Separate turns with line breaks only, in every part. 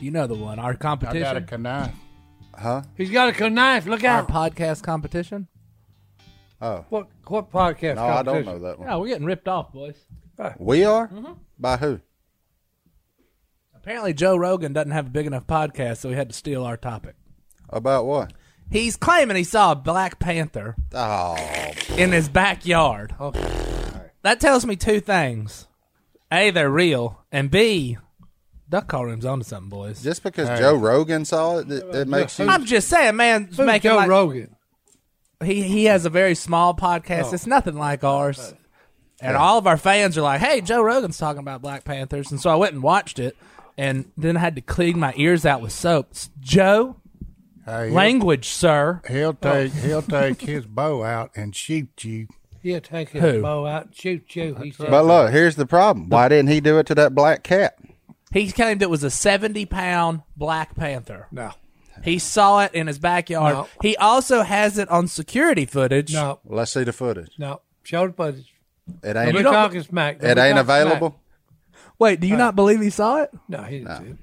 You know the one. Our
I
competition.
got a knife.
Huh?
He's got a good knife. Look
our
out.
podcast competition.
Oh.
What what podcast?
No, I don't
competition?
know that one.
Yeah, we're getting ripped off, boys.
We are?
Mm-hmm.
By who?
Apparently, Joe Rogan doesn't have a big enough podcast, so he had to steal our topic.
About what?
He's claiming he saw a Black Panther
Oh,
in his backyard. That tells me two things: a, they're real, and b, duck call room's onto something, boys.
just because Joe Rogan saw it, that, that makes you.
I'm just saying, man.
Who's
Making
Joe
like-
Rogan.
he he has a very small
Oh.
podcast. It's nothing like ours. And all of our fans are like, "Hey, Joe Rogan's talking about Black Panthers," and so I went and watched it, and then I had to clean my ears out with soap. S- Joe,
Uh,
Hey, he'll,
language, sir.
he'll take he'll take his bow out and shoot you.
He'll take his
Who?
bow out and shoot you. He said.
But look, here's the problem. Why didn't he do it to that black cat?
He claimed it was a seventy-pound Black Panther.
no.
He saw it in his backyard.
No.
He also has it on security footage.
No.
Let's see the footage.
No. Show the footage.
It
Don't
ain't.
be talking smack. Don't
It
be
ain't
talking smack.
available.
Wait, do
Uh,
you not believe he saw it?
No, he didn't see it.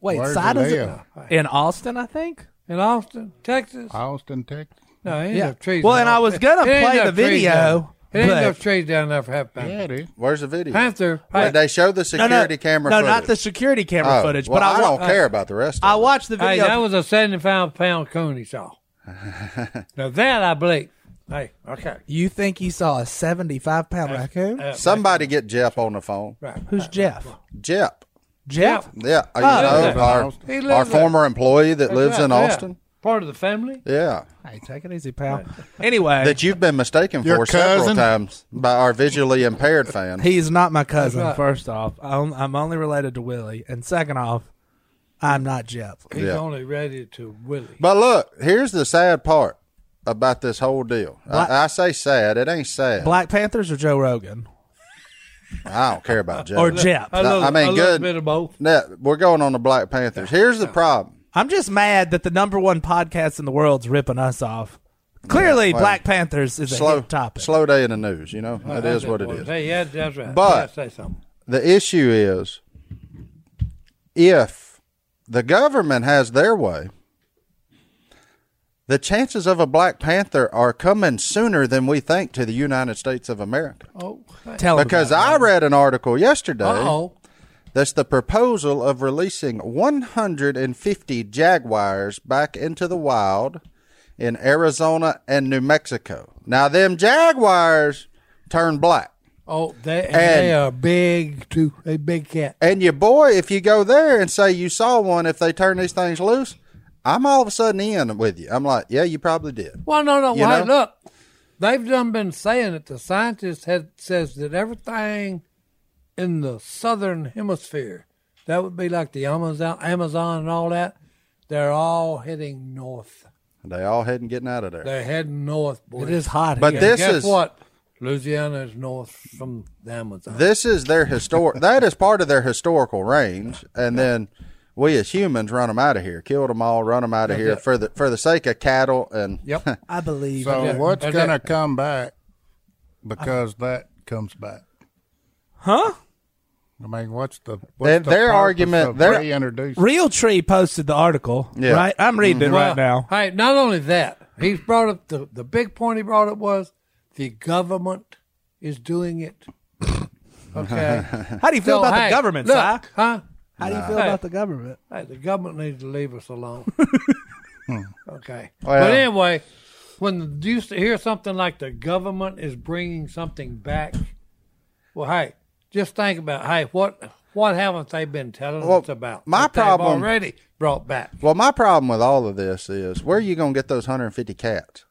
Wait,
Where's
side
it
is it
at?
in Austin, I think.
In Austin, Texas?
Austin, Texas.
No, ain't
Yeah.
enough trees.
Well,
in
and I
Austin.
was gonna
It ain't
play
enough
the
trees
video,
down- It ain't
but-
enough trees down there for half
Yeah,
panther.
it is.
Where's the video?
Panther.
Did they show the security camera
no,
footage?
not the security camera
Oh,
footage.
well,
but I,
I
wa- uh,
don't care about the rest
I
of it.
watched the
Hey,
video.
that was a 75 pound coon he saw. now that I believe. Hey, okay.
you think he saw a seventy-five pound raccoon?
Uh,
Somebody get Jep on the phone.
right.
Who's Jeff?
Jep.
Jeff.
Yeah, you
lives
know,
in
our,
Austin.
He lives
our
there.
former employee that lives
Right,
in
yeah.
Austin.
Part of the family.
Yeah.
Hey, take it easy, pal. Anyway,
That you've been mistaken
Your
for several
cousin?
times by our visually impaired fans.
he is not my cousin.
That's right.
First off, I'm, I'm only related to Willie, and second off, I'm not Jeff.
He's
Yeah.
only related to Willie.
But look, here's the sad part about this whole deal.
Black-
I, I say sad. It ain't sad.
Black Panthers or Joe Rogan
I don't care about Jep.
or Jeff.
A
No,
little,
I mean,
a little
good.
bit of both.
No, we're going on the Black Panthers. Here's the problem.
I'm just mad that the number one podcast in the world's ripping us off. Clearly,
well,
Black Panthers is a
Slow
hit topic.
slow day in the news. You know it is what it is.
Hey, yeah, that's right.
But-
yeah, say something.
The issue is if the government has their way, the chances of a Black Panther are coming sooner than we think to the United States of America.
Oh, thank-
Tell 'em
Because
about
I read an article yesterday
uh-oh.
that's the proposal of releasing 150 jaguars back into the wild in Arizona and New Mexico. Now, them jaguars turn black.
Oh, they, and
And-
they are big too. A big cat.
And your boy, if you go there and say you saw one, if they turn these things loose, I'm all of a sudden in with you. I'm like, yeah, you probably did.
Well, no, no.
You
Well, hey,
know?
look, they've done been saying it. The scientists had says that everything in the southern hemisphere, that would be like the Amazon, Amazon and all that, they're all heading north.
They all heading getting out of there.
They're heading north, boy.
it. It is hot.
But
here.
this
Guess
is-
what? Louisiana is north from the Amazon.
this is their historic. that is part of their historical range, and then we as humans run them out of here, kill them all, run them out of here for the for the sake of cattle and
yep.
I believe.
So
Yeah,
what's
that's
gonna Uh-huh.
it.
come back? Because that comes back.
huh?
I mean, what's the what's
And
the
their
purpose
argument-
of
their-
reintroducing?
Real Tree posted the article,
Yeah.
right? I'm reading
Mm-hmm.
it right now.
Hey, not only that, he's brought up the, the big point he brought up was the government is doing it. Okay.
How do you feel
So,
about
hey,
the government,
look,
Si?
Huh?
How do you feel
Hey.
about the government?
Hey, the government needs to leave us alone. okay.
Well-
but anyway, when you used to hear something like the government is bringing something back, well, hey, just think about hey, what what haven't they been telling
Well,
us about?
my
that they've
problem-
already brought back.
Well, my problem with all of this is where are you going to get those 150 cats?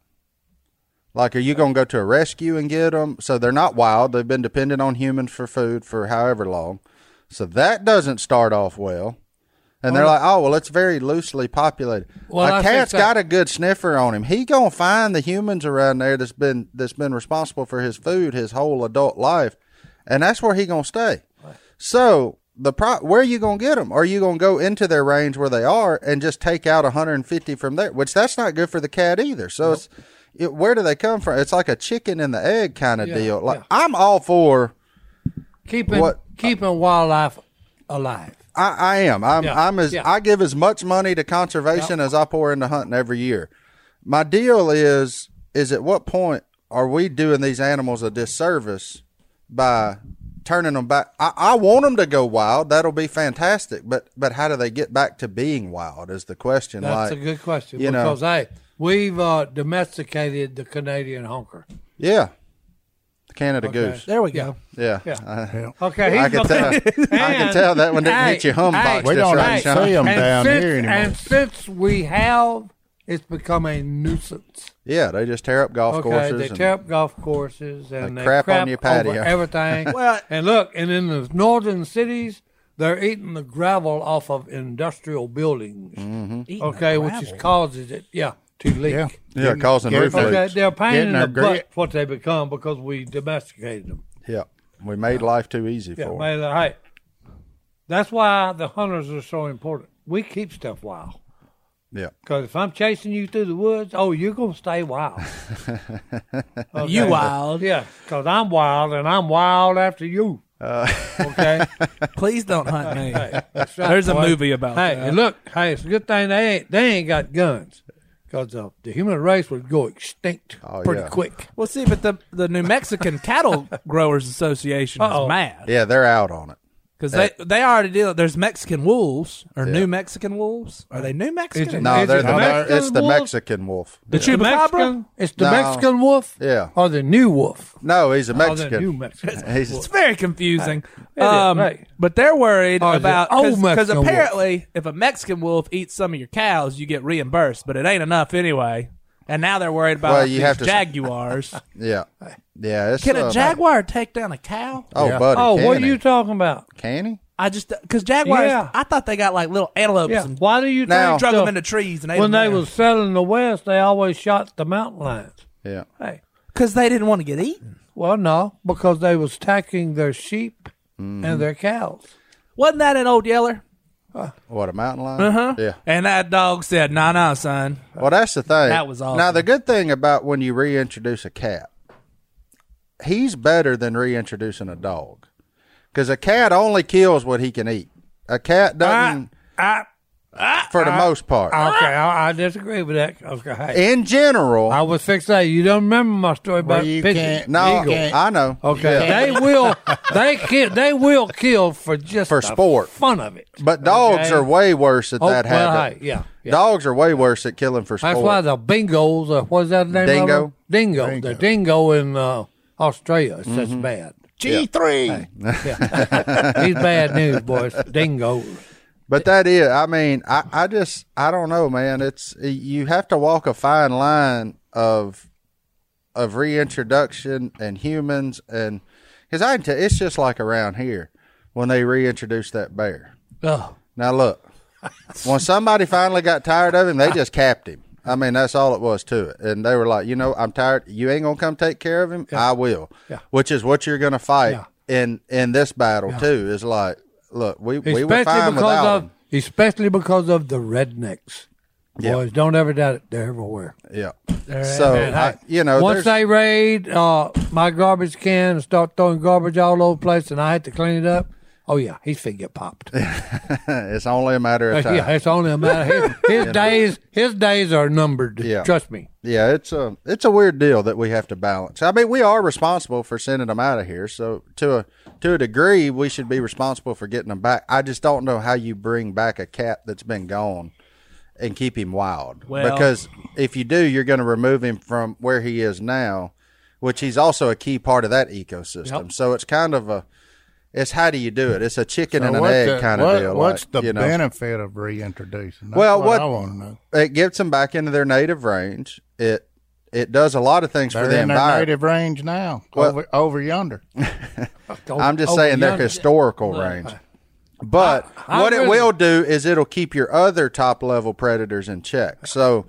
Like, are you going to go to a rescue and get them? So they're not wild. They've been dependent on humans for food for however long. So that doesn't start off well. And they're like, oh, well, it's very loosely populated.
Well, I
a
think
cat's
that-
got a good sniffer on him. He gonna find the humans around there that's been that's been responsible for his food his whole adult life, and that's where he gonna stay. So the pro- where are you gonna get them? Are you gonna go into their range where they are and just take out 150 from there? Which that's not good for the cat either. So it's it, where do they come from? It's like a chicken and the egg kind of
Yeah,
deal. Like
yeah.
I'm all for.
keeping
What-
keeping wildlife alive.
I, I am. I'm.
Yeah,
I'm as.
yeah.
I give as much money to conservation as I pour into hunting every year. My deal is is at what point are we doing these animals a disservice by turning them back? I, I want them to go wild. That'll be fantastic. But but how do they get back to being wild? Is the question.
That's
like
a good question
you know-
because hey, we've uh, domesticated the Canadian honker.
yeah, the Canada
Okay.
goose.
There we
Yeah.
go.
Yeah.
Yeah.
I-
Yeah.
Okay,
I can tell. I can tell that one didn't
Hey,
hit your hum
hey,
box.
We
just
don't
right,
even
Sean.
see 'em.
And
down
since,
here anymore.
And since we have, it's become a nuisance.
Yeah, they just tear up golf
Okay,
courses.
they
and-
tear up golf courses and
They
they,
crap on your
over
patio.
everything.
Well-
and look, and in the northern cities, they're eating the gravel off of industrial buildings.
Mm.
Mm-hmm.
Okay, which is causes it, yeah, to leak.
Yeah.
yeah, causing
Gary
roof
Flex.
Okay,
leaks.
they're a pain
Getting
in
our
the
grit.
butt what they become because we domesticated them.
Yeah. We made life too easy
Yeah,
for
man,
'em.
hey, that's why the hunters are so important. We keep stuff wild.
Yeah.
Because if I'm chasing you through the woods, oh, you're going to stay wild. Okay?
You wild.
Yeah, because I'm wild and I'm wild after you.
Uh,
okay?
Please don't hunt me.
That's right,
There's a
boy.
movie about
hey,
that.
and look, hey, it's a good thing they ain't, they ain't got guns. Because uh, the human race would go extinct
Oh,
pretty
yeah.
quick.
Well, see, but the the New Mexican Cattle Growers Association
Uh-oh.
is mad
Yeah, they're out on it.
because they they already deal. There's Mexican wolves or New Mexican wolves. Are they New
Is it-
Mexican?
No,
Is
they're
it
the
Mexican
it's the
wolf?
Mexican wolf.
The
The
chupacabra?
Mexican, it's the
No.
Mexican wolf
Yeah.
or the new wolf?
No, he's a
Or Oh, the new
Mexican.
Mexican.
He's
It's very confusing.
is,
um,
right.
But they're worried
Oh, is it
about
old
because
Mexican wolf?
apparently, if a Mexican wolf eats some of your cows, you get reimbursed, but it ain't enough anyway. And now they're worried about
Well, you
these
have to-
jaguars.
yeah, yeah. It's,
Can
uh,
a jaguar take down a cow?
Oh,
Yeah.
buddy.
Oh,
can
what are
he?
you talking about?
Can he?
I just because jaguars,
Yeah.
I thought they got like little antelopes
Yeah.
and
Why do you
Now-
think
drug
the-
them into trees and ate
when
them
they
there?
was settling the West, they always shot the mountain lions.
Yeah.
Hey,
Because they didn't want to get eaten.
well, no, because they was attacking their sheep
Mm-hmm.
and their cows.
Wasn't that an old yeller?
What a mountain lion. Uh-huh. Yeah.
And that dog said, "No, nah, no, nah, son."
Well, that's the thing.
That was awesome.
Now the good thing about when you reintroduce a cat, he's better than reintroducing a dog, because a cat only kills what he can eat. A cat doesn't,
I,
for the most part.
okay, I, I disagree with that. Okay, hey,
in general,
I was fixed. Say you don't remember my story about
Well, you
pigeons.
can't-
no,
Eagle.
I know.
Okay,
Yeah.
they will. They kill. They will kill for just
For
the
sport.
fun of it.
But dogs
Okay.
are way worse at
Oh,
that
well,
habit.
hey, yeah, yeah.
Dogs are way worse at killing for sport.
That's why the bingos. Uh, what's that name? of
Dingo? Mm-hmm.
them? dingo. The dingo in uh, Australia is such bad.
G three.
Yeah. He's bad news, boys. Dingo.
but that is, I mean, I, I just, I don't know, man. It's you have to walk a fine line of of reintroduction and humans and because I can tell it's just like around here when they reintroduced that bear.
Oh,
Now look, when somebody finally got tired of him, they just capped him. I mean, that's all it was to it. And they were like, you know, I'm tired. You ain't gonna come take care of him. I will.
Yeah.
Which is what you're gonna fight
Yeah.
in in this battle too. Is like, look, we we were
especially
fine
because
without
of
him.
especially because of the rednecks.
Yeah.
Boys, don't ever doubt it. They're everywhere.
Yeah. So I, you know,
Once
there's-
they raid uh, my garbage can and start throwing garbage all over the place, and I had to clean it up. Oh yeah, he's finna get popped.
it's only a matter of time.
yeah,
yeah.
it's only a matter. His, his days, his days are numbered.
Yeah.
Trust me.
it's a it's a weird deal that we have to balance. I mean, we are responsible for sending them out of here. So to a to a degree, we should be responsible for getting them back. I just don't know how you bring back a cat that's been gone and keep him wild.
Well-
because if you do, you're going to remove him from where he is now, which he's also a key part of that ecosystem. So it's kind of a it's how do you do it? It's a chicken and an
What's
egg
the-
kind of
what-
deal.
What's
like,
the
you know?
benefit of reintroducing? That's
Well,
what,
what-
I want to know.
it gets them back into their native range. It it does a lot of things for the
They're in their
environment.
native range now,
Well-
over, over yonder.
I'm just
Over
saying their
yonder.
historical range. But
I
what it
really-
will do is it'll keep your other top level predators in check. So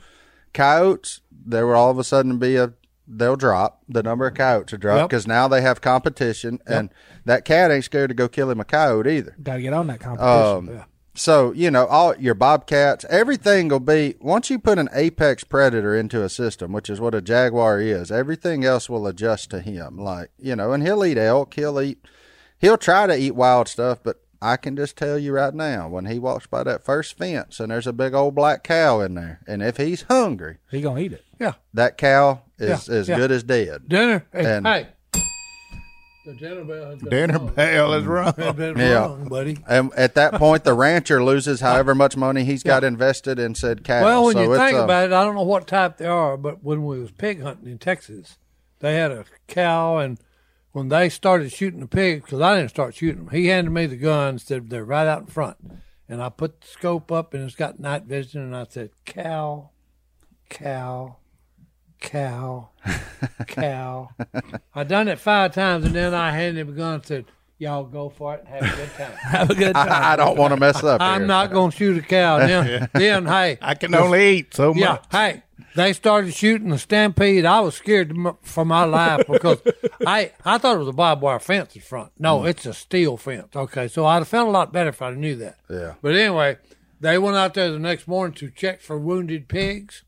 coyotes, there will all of a sudden be a they'll drop the number of coyotes will drop
Yep.
because now they have competition and that cat ain't scared to go kill him a coyote either.
Got to get on that competition.
Um, So you know all your bobcats, everything will be once you put an apex predator into a system, which is what a jaguar is. Everything else will adjust to him, like you know, and he'll eat elk, he'll eat, he'll try to eat wild stuff. But I can just tell you right now, when he walks by that first fence and there's a big old black cow in there, and if he's hungry,
He gonna eat it.
Yeah.
that cow is
Yeah,
as
yeah.
good as dead.
Dinner. Hey.
And-
hey. The dinner bell. has been
Dinner
rung.
bell is rung.
Been
Yeah.
rung, buddy.
And at that point, the rancher loses however much money he's got invested in said cow.
Well, when you
it's,
think
um,
about it, I don't know what type they are, but when we was pig hunting in Texas, they had a cow, and when they started shooting the pigs, because I didn't start shooting them, he handed me the gun, said they're right out in front, and I put the scope up, and it's got night vision, and I said cow, cow, cow, cow. I done it five times, and then I handed him the gun and said, "Y'all go for it and have a good time."
Have a good time.
I, I don't want to mess up.
I'm
here.
not gonna shoot a cow. Then, then hey,
I can only eat so much.
yeah. Hey, they started shooting the stampede. I was scared to m- for my life because I I thought it was a barbed wire fence in front.
Mm.
No, it's a steel fence. Okay, so I'd have felt a lot better if I knew that.
Yeah.
But anyway, they went out there the next morning to check for wounded pigs.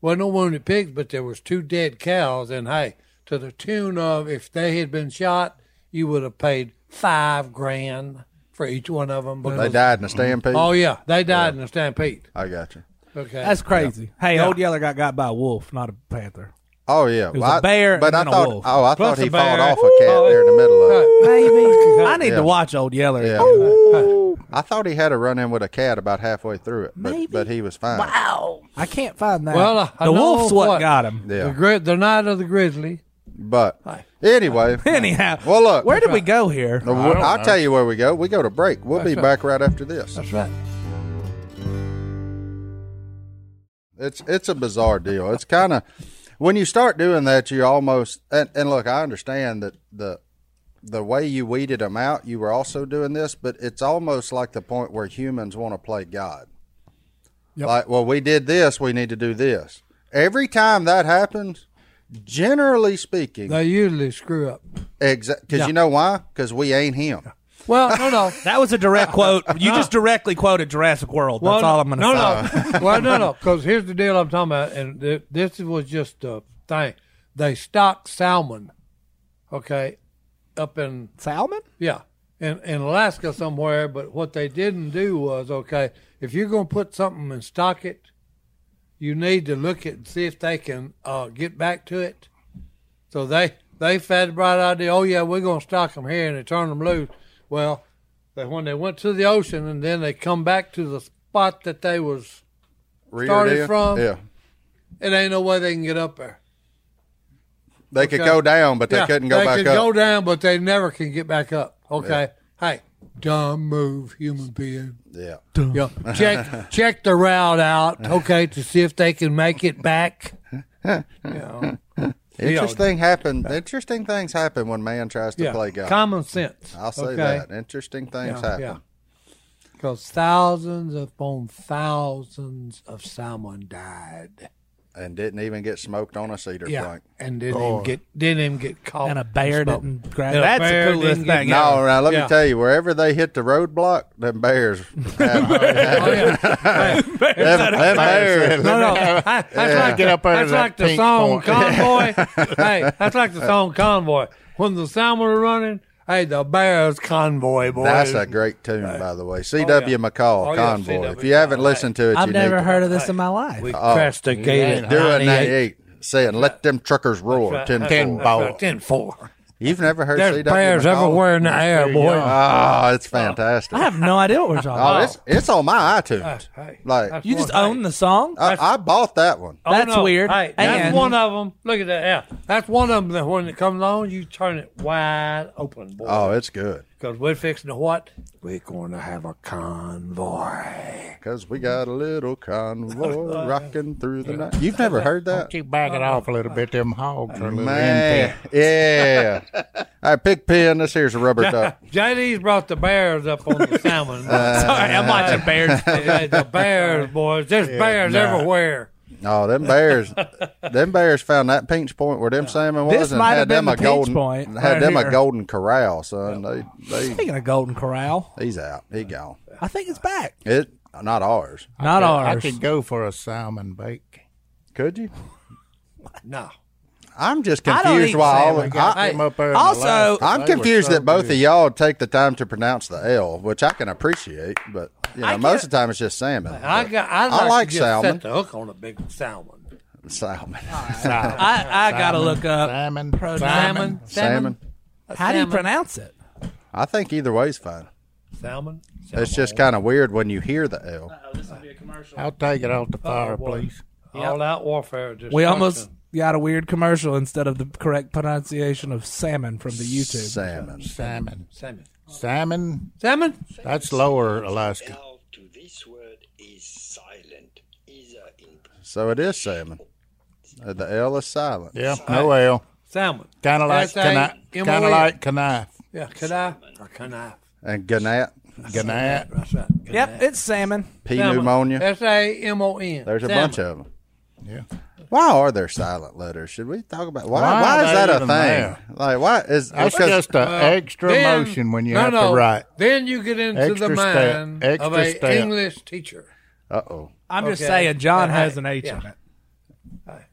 Well, no wounded pigs, but there was two dead cows, and hey, to the tune of if they had been shot, you would have paid five grand for each one of them.
They died in a stampede.
Oh yeah, they died in a stampede.
I got you.
Okay,
That's crazy. Hey, Old Yeller got got by a wolf, not a panther.
Oh yeah, it
was a bear
But
and
I
then a
thought,
wolf.
oh, I
Plus
thought he
a
fought
bear.
off a cat there in the middle of it.
Maybe I need to watch Old Yeller.
Yeah.
Ooh.
I thought he had a run in with a cat about halfway through it, but,
Maybe.
but he was fine.
I can't find that.
Well, I- I
the
know
wolf's what,
what-
got him.
Yeah.
The, gri- the night of the grizzly.
But anyway,
Anyhow,
Well, look.
where did we go here?
the- I'll tell you where we go. We go to break. We'll be back right after this.
That's right.
It's it's a bizarre deal. It's kind of when you start doing that, you almost and, and look. I understand that the the way you weeded them out, you were also doing this, but it's almost like the point where humans want to play God. Like, well, we did this, we need to do this. Every time that happens, generally speaking,
They usually screw up.
because you know why? Because we ain't him.
Well, no, no.
That was a direct quote. You just directly quoted Jurassic World. That's
Well,
all I'm going to
no,
say.
No, well, no, no. Because here's the deal I'm talking about, and th- this was just a thing. They stocked salmon, okay, up in
Salmon?
Yeah, in, in Alaska somewhere. But what they didn't do was okay. If you're going to put something and stock it, you need to look at and see if they can uh, get back to it. So they they had the bright idea. Oh yeah, we're going to stock them here, and they turned them loose. Well, they, when they went to the ocean and then they come back to the spot that they was,
Rear
Started
deer.
from-
yeah.
it ain't no way they can get up there.
They could
Okay.
go down, but they couldn't go
they
back
could
up.
go down, but they never can get back up. Okay, hey, dumb move, human being.
yeah.
Yeah, check check the route out, okay, to see if they can make it back. Yeah,
Interesting happen. Interesting things happen when man tries to
yeah.
play God.
common sense.
I'll say
okay?
that. Interesting things
Yeah,
happen.
yeah. Because thousands upon thousands of salmon died.
And didn't even get smoked on a cedar
Yeah,
plank.
and didn't even get didn't even get caught.
And a bear
Smoke.
didn't grab
And a
That's
bear
the coolest
didn't get-
thing.
No, now let me
Yeah.
tell you, wherever they hit the roadblock, them bears. have- them,
Oh, yeah. Hey,
them bears.
No, no. Hey, That's like,
Get up under
that's
that
like the
pink
song
point.
Convoy. hey, that's like the song Convoy. When the salmon are running, hey, the bear's convoy, boy. Oh,
That's a great tune, by the way. C.W.
yeah.
McCall,
Oh, yeah,
Convoy.
C.W.
if you haven't
McCall,
listened to it,
I've
you
never
need
heard of this in my life.
we crashed the gate
ain't
at
to. Do it
98.
98, saying, let them truckers roar. 10
Ten
four.
ball.
Ten four.
You've never heard
There's
C.W.
bears
McCall?
everywhere in the air, boy.
Oh, it's fantastic.
I have no idea what we're talking
Oh,
about.
it's, it's on my iTunes.
Hey,
Like-
that's
You just
one-
own the song?
I, I bought that one.
Oh,
That's
no.
weird.
Hey, that's
And-
one of them. Look at that. Yeah, that's one of them. That when it comes on, you turn it wide open, boy.
Oh, it's good.
Because we're fixing to what? We're going to have a convoy.
Because we got a little convoy rocking through the night. You've never heard that?
Keep backing off a little bit. Them hogs are a little
Man.
in
Yeah. All right, Pig Pen, this here's a rubber duck.
JD's brought the bears up on the salmon.
Sorry, I'm watching bears.
Okay, the bears, boys. There's bears
nah.
everywhere.
Oh, them bears, them bears found that pinch point where them salmon was,
This
and
might
had
have
them
been
a
the pinch
golden,
point
had
right
them
here.
a golden corral, son. They, they,
Speaking of Golden Corral,
he's out, he gone.
I think it's back.
It not ours.
Not
I
ours.
could go for a salmon bake.
Could you?
No.
I'm just
I don't
confused
eat
why all.
salmon.
We
Of,
got
I,
them up there in
also-
Alaska.
I'm
They were
confused
so
that both
good.
of y'all take the time to pronounce the L, which I can appreciate, but you know, most of the time it's just salmon.
I
But
got. I like,
I like
to just
salmon.
Set the hook on a big salmon.
salmon,
Salmon.
I, I gotta
Salmon,
look up.
salmon,
pro-
salmon.
Salmon.
salmon.
How do you pronounce it?
I think either way's fine.
Salmon. salmon.
It's just kind of weird when you hear the L.
Oh, this will be a commercial.
I'll take it off the fire,
boy.
please.
All out warfare. Destruction.
We almost got a weird commercial instead of the correct pronunciation of salmon from the YouTube.
Salmon.
Salmon.
salmon.
Salmon.
Salmon.
That's lower Alaska.
L to this word is silent, either in
So it is salmon. Uh, The L is silent.
Yeah, no L.
Salmon.
Kind of like
S-A-M-O-N.
knife. Kind of like knife.
Yeah, canai or canai.
And Gannat,
Gannat.
That's right.
Yep, it's salmon.
P pneumonia.
S A M O N.
There's a bunch of them.
Yeah.
Why are there silent letters? Should we talk about why? Why,
Why are
is
they
that a thing?
even there?
Like why is
That's
because-
just an extra motion when you
no,
have
no,
to write.
Then you get into the
Extra step,
mind of
extra
a
step.
English teacher.
uh oh
I'm just
Okay.
saying, John
Yeah,
has
hey,
an H in
yeah.
it.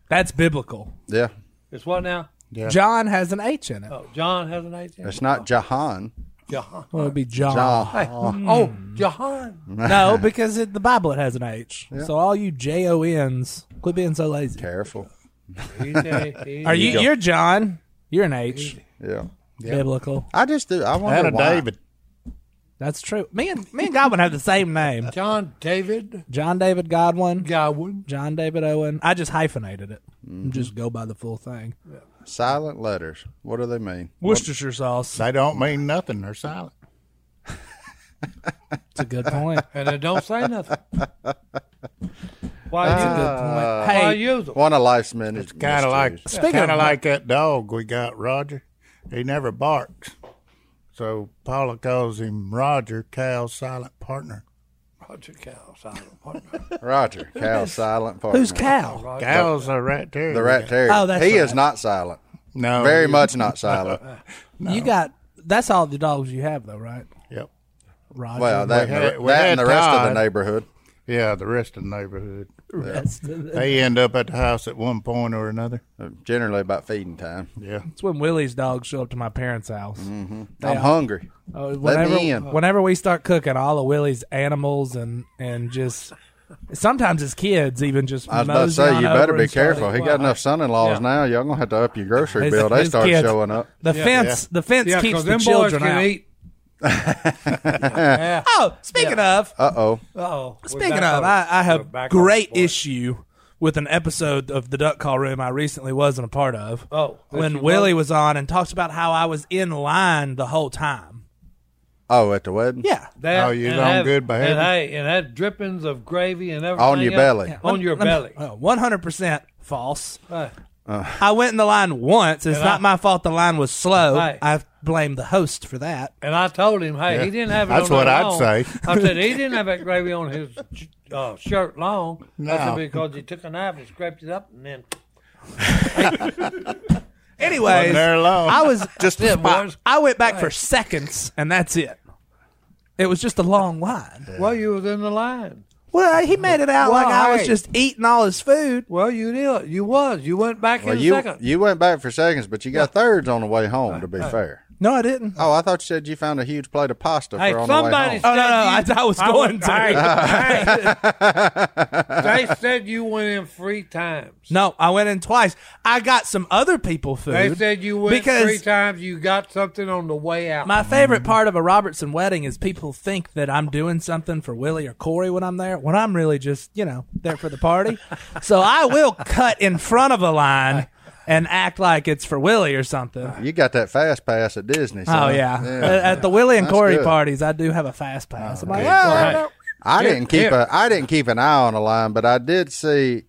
That's biblical.
yeah.
It's what now?
Yeah.
John has an H in it.
Oh, John has an idea.
It's not Jahan.
Jahan.
Well, it'd be John.
Jah.
Hey, oh, Jahan.
No, because it, the Bible it has an H. So all you J O Ns, quit being so lazy.
Careful.
He's a- he's-
Are you?
go.
You're John. You're an H.
Yeah.
Biblical.
I just do. I
And
wonder
a
why.
David.
That's true. Me and me and Godwin have the same name.
John David
John David Godwin.
Godwin?
John David Owen. I just hyphenated it. Just go by the full thing.
Silent letters. What do they mean?
Worcestershire sauce.
They don't mean nothing. They're silent.
That's a good point.
And they don't say nothing. Why
That's a
use
good
it?
point.
Why
Hey,
use it?
Uh, One of life's men. It's
Kind of like
Speaking
kind
of-
of like that dog we got, Roger. He never barks. So Paula calls him Roger, Cal's silent partner.
Roger Cow, silent partner.
Roger. Cal silent partner.
who's
Oh,
Cal?
Cal's a rat terrier.
The rat terrier.
Oh, that's
he
right.
is not silent.
No.
Very
he-
much not silent.
You got. That's all the dogs you have, though, right?
Yep.
Roger.
Well, that,
We
and the-
had- we
that and
had
the rest of
Todd.
the neighborhood.
Yeah, the rest of the neighborhood.
that's, that's
They end up at the house at one point or another.
uh, Generally about feeding time.
Yeah.
when Willie's dogs show up to my parents' house.
I'm hungry.
Uh,
Mm. Let
whenever,
me in.
whenever we start cooking, all of Willie's animals and and just sometimes his kids even just.
I was about to
mosey
say
on
you
over
better be
and start-
careful. He got enough son-in-laws now. Y'all gonna have to up your grocery
His-
bill. They
his
start
kids.
showing up.
The fence, the fence
Yeah,
keeps
because
the
them boys
children
can
out.
eat. yeah.
Oh, speaking of,
Uh oh.
Oh, we're
Speaking
back
of,
on-
I, I
we're
have
back on
great
sport.
issue with an episode of the Duck Call Room I recently wasn't a part of.
Oh, that you
when Willie was on and talks about how I was in line the whole time.
Oh, at the wedding.
Yeah,
That,
Oh, you're
and
on
have-
good behavior.
And, hey, and had drippings of gravy and everything.
your
else
belly.
On your belly.
uh,
Uh,
one hundred percent false.
Right.
I went in the line once. It's
And
not
I-
my fault the line was slow.
Right.
I blame the host for that.
And I told him, hey, he didn't have it
That's
on
what
that
I'd
long.
say.
I said, he didn't have that gravy on his uh, shirt long. I said,
No.
because he took a knife and scraped it up and then.
Anyways,
there long.
I was just
it, boys.
I went back for seconds, and that's it. It was just a long line.
Well, you was in the line.
Well, he made it out like I was
Why?
just eating all his food.
Well, you did. You was. You went back
Well,
in
you
a second.
you went back for seconds, but you got thirds on the way home. To be fair.
No, I didn't.
Oh, I thought you said you found a huge plate of pasta
Hey,
for on
somebody
the way home.
Oh no, no, I, I was
I
going
went-
to.
they said you went in three times.
No, I went in twice. I got some other people food.
They said you went
because
three times. You got something on the way out.
My favorite part of a Robertson wedding is people think that I'm doing something for Willie or Corey when I'm there, when I'm really just, you know, there for the party. so I will cut in front of a line and act like it's for Willie or something.
You got that fast pass at Disney.
Oh
son.
yeah, At- at the Willie and
That's
Corey
good.
parties, I do have a fast pass. I'm like,
okay.
"Oh,
Right.
no."
I didn't keep
yeah.
a I didn't keep an eye on the line, but I did see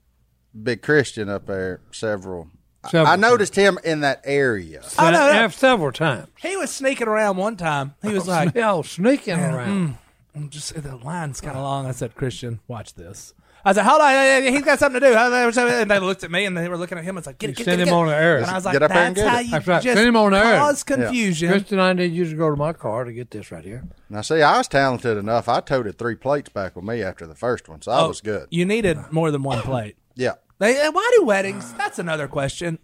Big Christian up there several. I-
Several
I noticed him in that area.
Oh, no, no.
have several times.
he was sneaking around one time. He was like,
Y'all sneaking around. Oh.
I'm just the line's kind of long. I said, Christian, watch this. I was like, hold on, yeah, yeah, he's got something to do. And they looked at me and they were looking at him. It's like, get it,
You
get it,
send
get it,
him
get
on
it.
the air.
And I was like,
Get up there and
that's
get
how
it.
you
That's right.
just
Send him on the air.
cause confusion.
Kristen, I need you to go to my car to get this right here.
Now, see, I was talented enough. I toted three plates back with me after the first one,
Oh.
so I was good.
You needed more than one plate.
Yeah.
They, and why do weddings? That's another question.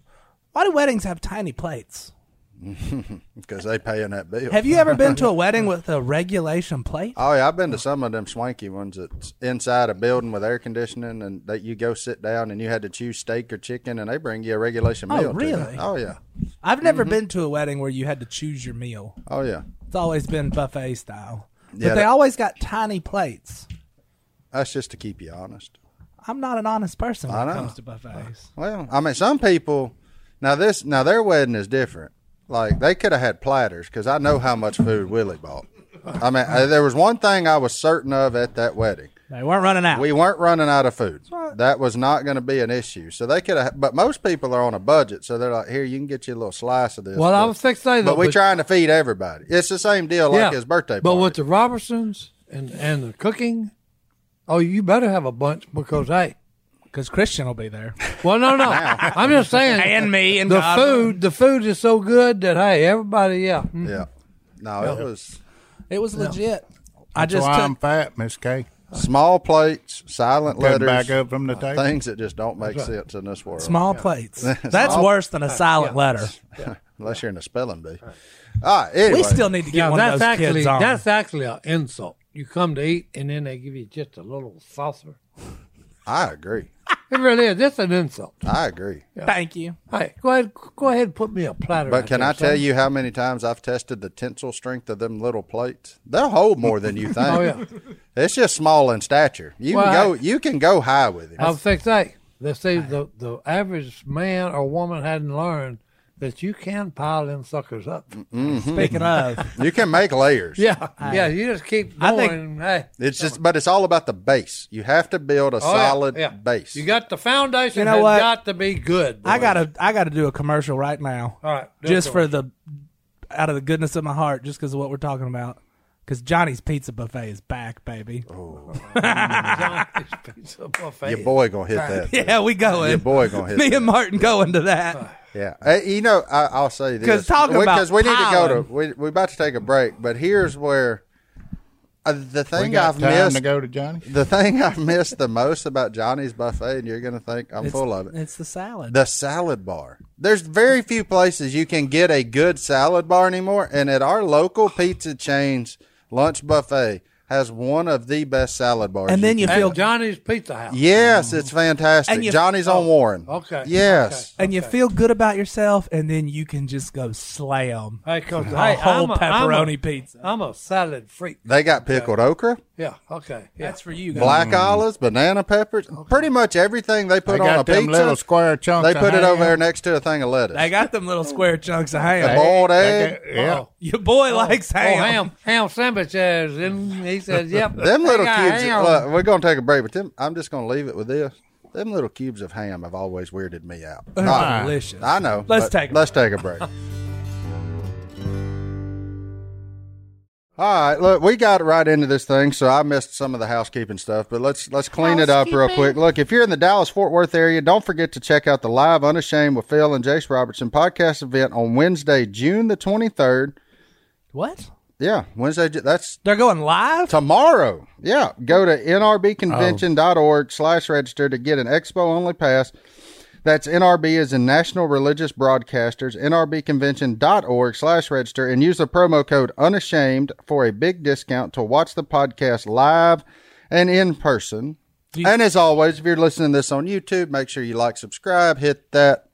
Why do weddings have tiny plates?
because they paying that bill.
Have you ever been to a wedding with a regulation plate?
oh yeah, I've been to some of them swanky ones that's inside a building with air conditioning, and that you go sit down and you had to choose steak or chicken, and they bring you a regulation
Oh,
meal. to it.
really?
Oh yeah.
I've never been to a wedding where you had to choose your meal.
Oh yeah.
It's always been buffet style. But
Yeah,
they
that-
always got tiny plates.
That's just to keep you honest.
I'm not an honest person when
I
it
know.
comes to buffets.
Well, I mean, some people now this now their wedding is different. Like they could have had platters because I know how much food Willie bought. I mean, I- there was one thing I was certain of at that wedding.
They weren't running out.
We weren't running out of food. That was not going to be an issue. So they could have, but most people are on a budget. So they're like, here, you can get you a little slice of this.
Well,
but,
I was fixed to say that.
but we're trying to feed everybody. It's the same deal like his birthday
But
party.
with the Robertsons and and the cooking, oh, you better have a bunch because hey,
Because Christian will be there.
well, no, no, I'm just saying.
And me and
the
Donovan.
food, the food is so good that hey, everybody, yeah, mm,
yeah. No, it was
It was legit. I
That's
just
why
took,
I'm fat, Miss K.
small plates, silent
Cut
letters,
back up from the table.
things that just don't make sense in this world.
small plates. That's worse than a silent letter.
Unless you're in a spelling bee. All right, anyway.
We still need to get
yeah.
one of
That's
those
actually
kids on.
that's actually an insult. You come to eat and then they give you just a little saucer.
I agree.
It really is. That's an insult.
I agree.
Thank you.
Hey, go ahead, go ahead, and put me a platter.
But
out
can
there,
I tell
son.
you how many times I've tested the tensile strength of them little plates? They'll hold more than you think.
Oh yeah,
It's just small in stature. You can
Well,
go. You can go high with it.
I was fixed to say. Let's see, the the average man or woman hadn't learned that you can pile them suckers up.
Speaking of,
You can make layers.
Yeah, yeah. You just keep
I
going.
think-
hey,
It's just, but it's all about the base. You have to build a
oh, yeah,
solid
yeah.
base.
You got the foundation.
You know
has
what?
got to be good.
I
boy.
gotta, I gotta do a commercial right now.
All right, do a
just for the, out of the goodness of my heart, just because of what we're talking about. Because Johnny's Pizza Buffet is back, baby.
Johnny's Pizza Buffet.
your boy gonna hit that. dude.
Yeah, we going.
Your boy gonna hit
Me
that.
and Martin going to that.
Yeah, Uh, you know, I, I'll say this
'Cause talking about
because we need to go to
piling.
we we're about to take a break, but here's where uh, the
We
thing
got
I've
time
missed
to go to Johnny.
the thing I've missed the most about Johnny's buffet, and you're gonna think I'm full of it.
It's the salad.
the salad bar. There's very few places you can get a good salad bar anymore, and at our local pizza chain's lunch buffet has one of the best salad bars.
and then you
At
feel,
Johnny's Pizza House.
yes, it's fantastic.
And you-
Johnny's on Warren.
okay,
Yes.
and you feel good about yourself, and then you can just go slam
Hey, cause
a
hey,
whole
I'm a- I'm a-
pepperoni pizza.
I'm a salad freak.
They got pickled okra,
Yeah. Okay. Yeah.
That's for you guys.
black olives, banana peppers, pretty much everything they
Mm. They
put on a
got them little
pizza.
square chunks.
They put
of
it over there
ham.
next to a thing of lettuce.
They got them little square chunks of ham.
a boiled
They
egg.
got- yeah.
Uh-oh.
Your boy likes
Oh,
ham.
ham, ham sandwiches, and he says, "Yep."
Them
they
little
got
cubes.
ham.
Look, we're gonna take a break, but them, I'm just gonna leave it with this. Them little cubes of ham have always weirded me out.
They're
All right.
delicious.
I know.
Let's
but
take a
let's take a break. All right, look, we got right into this thing, so I missed some of the housekeeping stuff, but let's let's clean it up real quick. Look, if you're in the Dallas Fort Worth area, don't forget to check out the live Unashamed with Phil and Jace Robertson podcast event on Wednesday, June the 23rd.
What?
Yeah, Wednesday. Ju- That's
They're going live?
tomorrow. Yeah, go to nrbconvention.org slash register to get an expo only pass. That's NRB is in National Religious Broadcasters, nrbconvention.org slash register, and use the promo code unashamed for a big discount to watch the podcast live and in person. and as always, if you're listening to this on YouTube, make sure you like, subscribe, hit that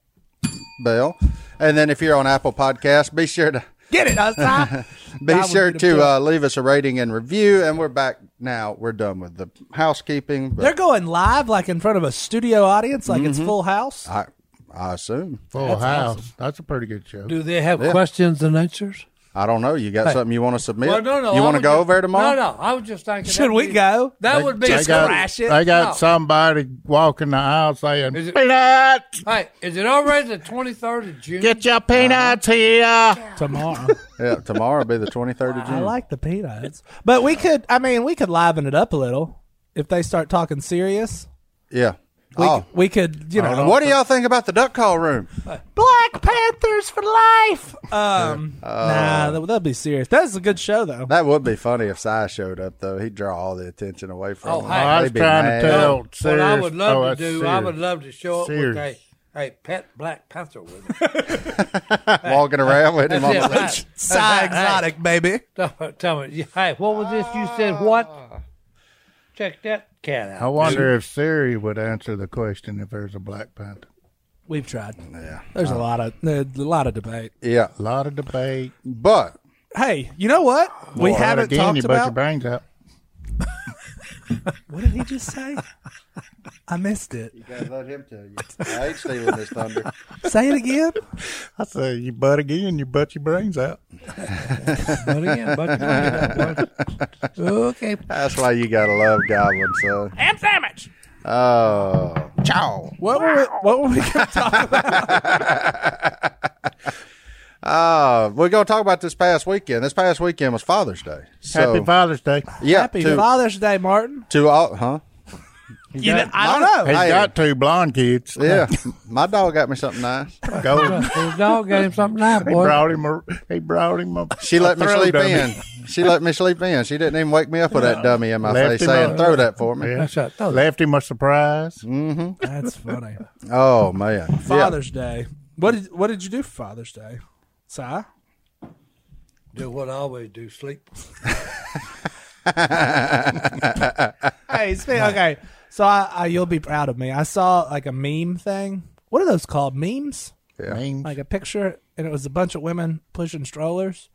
bell. And then if you're on Apple Podcasts, be sure to
Get it, outside.
be
That would
sure
be the
to uh, leave us a rating and review. And we're back now. We're done with the housekeeping. But
They're going live like in front of a studio audience, like it's full house.
Mm-hmm. I, I assume.
Full House. That's a pretty good show.
Do they have questions and answers?
I don't know. You got something you want to submit?
Well, no, no.
You
I
want to
was
go
just-
over there
No,
tomorrow?
no. I was just thinking.
Should
that
we
would-
go?
That
They-
would be
they
Just
got,
crash it.
They got
No.
somebody walking the aisle saying,
Is it-
"Peanut,
Hey, is it already the twenty third of June?
get
Uh-huh.
your peanuts here."
Tomorrow.
Yeah, tomorrow will be the 23rd of June.
I like the peanuts. But we could, I mean, we could liven it up a little if they start talking serious.
Yeah.
We,
oh.
we could, you know,
What do y'all think about the duck call room?
Black Panthers for life. Um, nah, that, that'd be serious. That's a good show though.
That would be funny if Cy showed up though. He'd draw all the attention away from
Oh,
him.
hey. Oh,
I was
They'd be
trying to
mad.
tell-
No, what I
Sears.
would love
Oh,
to
that's
do,
Sears.
I would love to show up
Sears.
with a, a pet black panther with me.
walking around with him on
Yeah,
the
right.
leash.
Cy
Hey,
Exotic, baby.
Hey, tell, tell me, yeah, hey, what was this you said? What? Check that cat
I
out.
wonder if Siri would answer the question if there's a Black Panther.
We've tried. Yeah. There's a lot of there's a lot of debate.
Yeah,
A lot of debate.
but
Hey, you know what? we
Well,
haven't
again,
talked
you bust
about.
your brains out.
What did he just say? I missed it.
guys, let him tell you. I ain't stealing this thunder.
Say it again.
I say you butt again, you butt your brains out.
But again, but but- okay.
That's why you gotta love goblins, son.
Ham sandwich.
Oh, ciao.
What were we, what were we gonna talk about?
Uh, we're gonna talk about this past weekend. This past weekend was Father's Day. So,
Happy Father's Day.
yeah,
Happy
to,
Father's Day, Martin.
to all, huh?
You know, I don't
He's
know.
Hey.
got two blonde kids.
Yeah, my dog got me something nice.
Golden.
His dog got him something nice,
he
boy.
brought him. A, he brought him. A,
She let
a
me
throw
sleep
dummy.
in. She let me sleep in. She didn't even wake me up with that dummy in my
Left
face
him
saying,
up.
"Throw that for me."
Yeah.
That's right. Throw that.
Left him a surprise.
Mm-hmm.
That's funny.
Oh man, Yeah.
Father's Day. What did what did you do for Father's Day? Si?
Do what I always do, sleep.
hey, speak, okay. So I, I, you'll be proud of me. I saw like a meme thing. What are those called? Memes?
Yeah.
Mean.
Like a picture, and it was a bunch of women pushing strollers,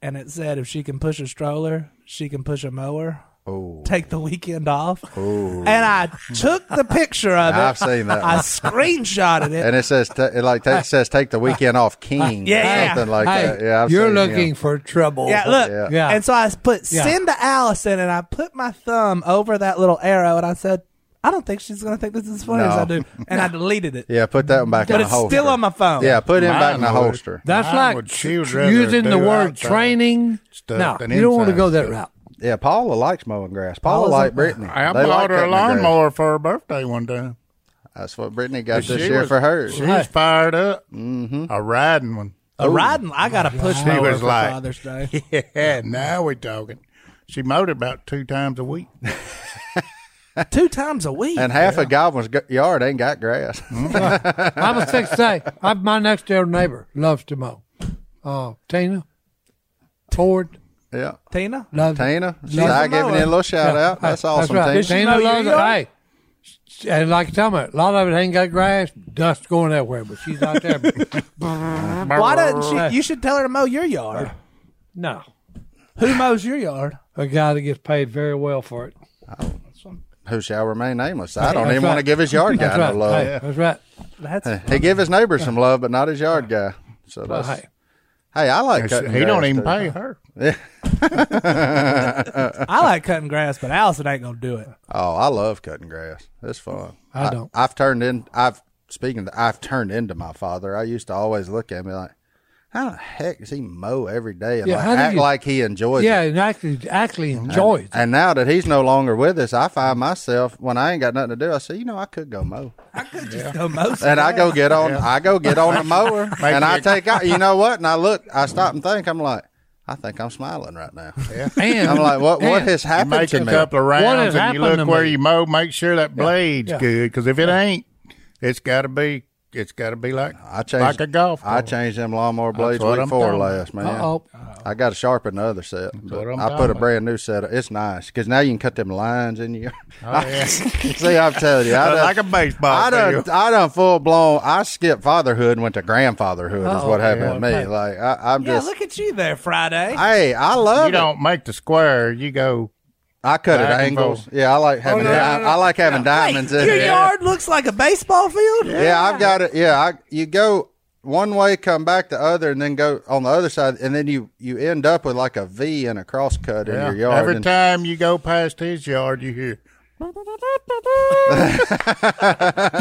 and it said, "If she can push a stroller, she can push a mower."
Oh.
Take the weekend off. And I took the picture of it.
I've seen that
I
one.
screenshotted it.
And it says, t- it like it says, take the weekend off, King.
Yeah, yeah.
something like
hey,
that. Yeah, I've
you're
seen him.
looking for trouble.
Yeah, look.
Yeah.
Yeah.
And so I put
Yeah.
send to Allison, and I put my thumb over that little arrow, and I said, I don't think she's going to think this is funny as
No.
I do. And I deleted it.
Yeah, put that one back in
But
the
it's
holster.
still on my phone.
Yeah, put him back in the
Mine would.
holster.
That's
I
like
would- she would rather
using the
do
word
outside
training.
stuff
No,
than
you don't want to
inside
go that
stuff.
route.
Yeah, Paula likes mowing grass. Paula likes Brittany.
I
They like
bought her a
cutting the grass.
lawnmower for her birthday one time.
That's what Brittany got
She
this year
was-
for hers.
She was fired up. Mm-hmm. A riding one.
Oh.
A riding, I got a push
She
mower
was
for
like-
Father's Day.
Yeah, now we're talking. She mowed it about two times a week.
Two times a week.
And half of Goblin's g- yard ain't got grass.
Mm-hmm.
I was fixed to say, I, my next door neighbor loves to mow. Uh, Tina Ford
yeah.
Tina,
loves it.
Tina, she's
Love
I
the
giving you a
mower.
little shout out. That's awesome,
right.
Did she
Tina.
Tina
know you
loves it.
young?
Hey, and like you tell me, a lot of it ain't got grass, dust going everywhere, but she's out there.
why doesn't she? You should tell her to mow your yard.
no,
Who mows your yard?
a guy that gets paid very well for it.
Who shall remain nameless? I don't
That's
even want to
right.
give his yard guy
That's right.
no love.
Hey, That's right.
That's
He give his neighbors some love, but not his yard guy. So
Well,
that's,
hey,
hey, I like
And
cutting
she- he don't
grass,
even
too.
pay her.
I like cutting grass, but Allison ain't gonna do it.
Oh, I love cutting grass. It's fun.
I don't.
I, have turned in. I've speaking. To, I've turned into my father. I used to always look at me like, how the heck does he mow every day and
Yeah,
like,
how do
act
you-
like he enjoys
yeah,
it?
and actually, actually
Mm-hmm.
enjoys it.
And now that he's no longer with us, I find myself when I ain't got nothing to do. I say, you know, I could go mow,
Just go mow. some
and I go get on. I go get on the mower, and I take out. You know what? And I look. I stop and think. I'm like, I think I'm smiling right now.
And
I'm like, what? What
and-
has
You
happened
make
to
a
me?
couple of
has
rounds and you
happened
look
to
where
me?
you mow. Make sure that blade's
Yeah.
good because if it ain't, it's got to be. It's got to be like
I changed
like a golf.
I
ball.
changed them lawnmower blades
what
week
I'm
four
talking about.
last man.
Uh-oh.
I got to sharpen the other set. But
what I'm
I
talking
put a
about.
brand new set. Of, it's nice because now you can cut them lines in your.
Oh, yeah.
See, I'm telling you, I done,
like a baseball.
I done,
field.
I done full blown. I skipped fatherhood and went to grandfatherhood. is what happened to me. Like I, I'm
Yeah,
just.
look at you there, Friday.
Hey, I love
You
it.
don't make the square. You go.
I cut it
Back and
angles.
forth. Oh,
Yeah, I like having.
no, no,
di-
no, no.
I like having diamonds in
your
it.
yard looks like a baseball field.
Yeah, I've got it. Yeah, I, you go one way, come back the other, and then go on the other side, and then you you end up with like a V and a cross cut in
Yeah.
your yard.
Every
and-
time you go past his yard, you hear.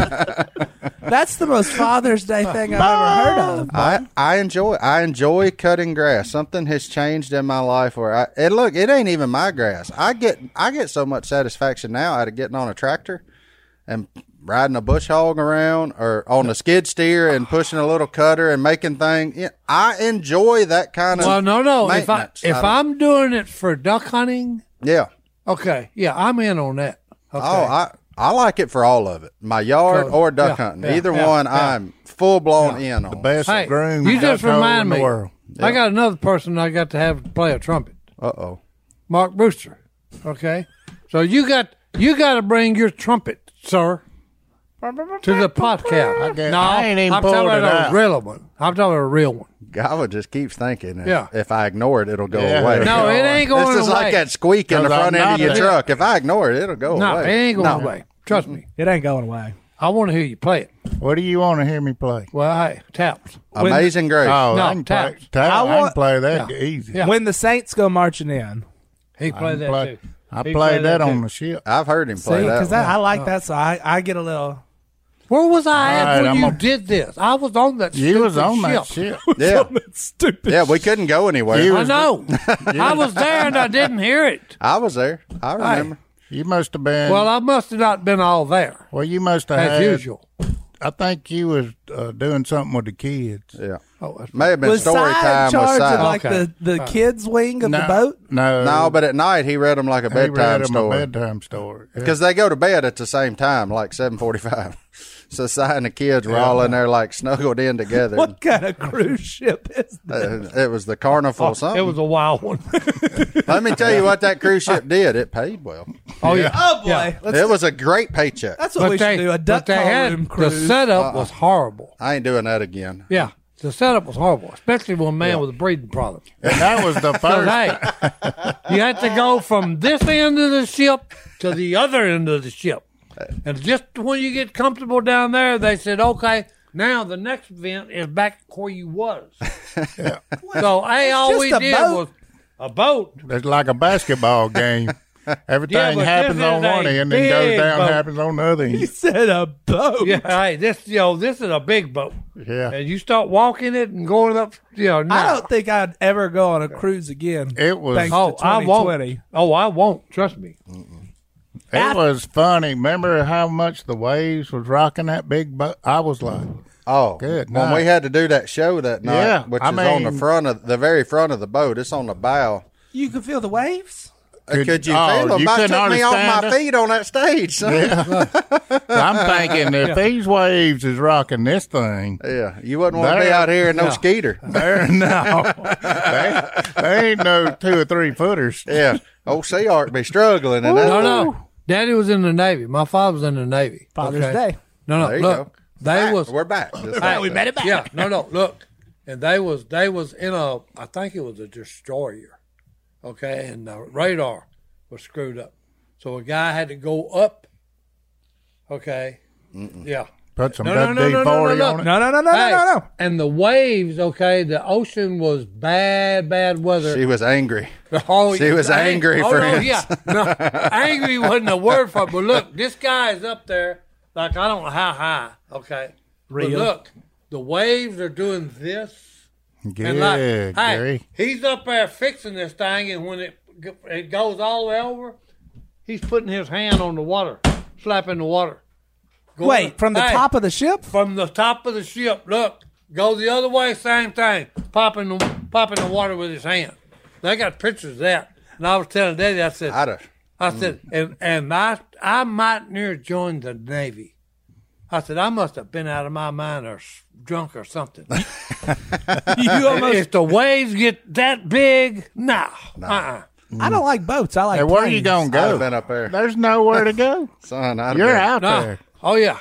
That's the most Father's Day thing I've ever heard of.
I, I enjoy I enjoy cutting grass. Something has changed in my life where I and look, it ain't even my grass. I get I get so much satisfaction now out of getting on a tractor and riding a bush hog around or on a skid steer and pushing a little cutter and making things. Yeah, I enjoy that kind of.
Well, no, no. If I
maintenance.
if
don't-
I'm doing it for duck hunting,
yeah.
okay, yeah, I'm in on that. Okay.
Oh, I I like it for all of it. My yard
Totally.
or duck
Yeah,
hunting.
yeah,
Either
yeah,
one,
yeah.
I'm full blown in on.
The best
hey,
groom
you just
duck hole in
remind
the
me.
world.
I got another person I got to have play a trumpet.
Uh oh.
Mark Brewster. Okay, so you got you got to bring your trumpet, sir, to the podcast.
I guess-
no,
I ain't even
am talking
pulled
about
it
a
out.
real one. I'm talking about a real one.
Gala just keeps thinking. If,
Yeah.
if I ignore it, it'll go
Yeah.
away.
No, it ain't going
This is
away.
like that squeak in the
'Cause
front
I'm
end of
not
your
a-
truck. If I ignore it, it'll go
no,
away.
it ain't going
No.
away. Trust me.
It ain't going away.
I want to hear you play it.
What do you want to hear me play?
Well, hey, taps.
Amazing grace.
Oh,
No,
I can play,
taps.
tap,
I
I,
want-
can play that easy.
Yeah.
When the Saints go marching in,
He
I,
played
can
that
play,
too.
I
He
played
played
that
that
on
too.
the ship.
I've heard him play
see,
that.
because
one. Oh.
I like that song. I, I get a little.
Where was I at
All right,
when
I'm
you
gonna-
did this? I was on that.
You was
stupid
on that
ship.
ship.
yeah,
stupid.
yeah, we couldn't go anywhere.
You-
I know. I was there and I didn't hear it.
I was there. I remember.
You must have been.
Well, I must have not been all there
well, you must have
as
had.
usual.
I think you was uh, doing something with the kids.
Yeah,
Oh, that's
may have been
Was
story
Si in
time
charge
with
of
Si.
like
Okay.
the, the kids' wing of the boat?
No,
No, but at night he read them like a
he read
bedtime
him a
story
bedtime story. Yeah.
because they go to bed at the same time, like seven forty-five. So Si and the kids were all in there like snuggled in together.
What kind of cruise ship is that?
Uh, It was the carnival something.
Oh, It was a wild one.
Let me tell you what that cruise ship did. It paid well.
Oh yeah.
Oh boy,
Yeah.
Let's,
it was a great paycheck.
that's what we should do. A duck
but they
call
had-
room cruise.
The
Uh-uh.
setup was horrible.
I ain't doing that again.
Yeah, the setup was horrible, especially when a man with a breathing problem.
and that was the
But
first.
hey, you had to go from this end of the ship to the other end of the ship, and just when you get comfortable down there, they said, "Okay, now the next event is back where you was." So hey, all
just
we
a
did
boat.
was a boat.
It's like a basketball game. Everything
but
happens
this
on
is a
one end and
big
goes down,
boat.
happens on the other
He
end.
said a boat.
Yeah, hey, this yo, this is a big boat,
Yeah.
and you start walking it and going up. You know,
I
now.
don't think I'd ever go on a cruise again.
It was
Thanks
Oh,
to
I won't.
2020.
Oh, I won't. Trust me.
it was funny. Remember how much the waves was rocking that big boat? I was like,
Oh,
Good
When
night.
we had to do that show that night,
Yeah,
which
I
is on the
mean-
front of the very front of the boat, it's on the bow. Uh,
You can feel the waves.
Could, you
oh,
feel them?
you
I
couldn't
took me off
understand
my
it?
feet on that stage. son. Yeah,
I'm thinking if these waves is rocking this thing,
you wouldn't want to be
There-
out here in no skeeter.
there no, there, there ain't no two or three footers.
Yeah, old Sea Ark be struggling, and that's
No, no. Daddy was in the Navy. My father was in the Navy.
Father's
okay?
Day.
No, no.
There you
look,
go.
they
Back.
was
We're back. Just
All right,
like
we
that.
made it back.
yeah. No, no. Look, and they was they was in a. I think it was a destroyer. Okay, and the radar was screwed up, so a guy had to go up. Okay. Yeah.
Put some
No, no, no, no,
WD
no,
forty
no,
on it.
No, no, no, no,
Hey,
no, no, no.
And the waves, okay, the ocean was bad, bad weather.
She was angry.
Oh,
She was
ang-
angry,
oh, no,
friends.
yeah, no, angry wasn't a word for it. But look, this guy is up there. Like I don't know how high. Okay,
Real.
But look, the waves are doing this, and like,
Good,
hey,
Gary.
he's up there fixing this thing, and when it g- it goes all the way over, he's putting his hand on the water, slapping the water. Going-
Wait, from the
Hey,
top of the ship?
from the top of the ship. Look, go the other way, same thing. Popping the popping the water with his hand. They got pictures of that. And I was telling Daddy, I said,
I'd have-
I said, and and I I might near joined the Navy. I said I must have been out of my mind or s- drunk or something.
You almost.
if the waves get that big, nah, uh-uh.
I don't like boats. I like.
Hey, where are you
planes.
gonna
I'd have
go?
been up there,
There's nowhere to go.
son. I'd have
You're
been-
out
Nah.
there.
Oh yeah,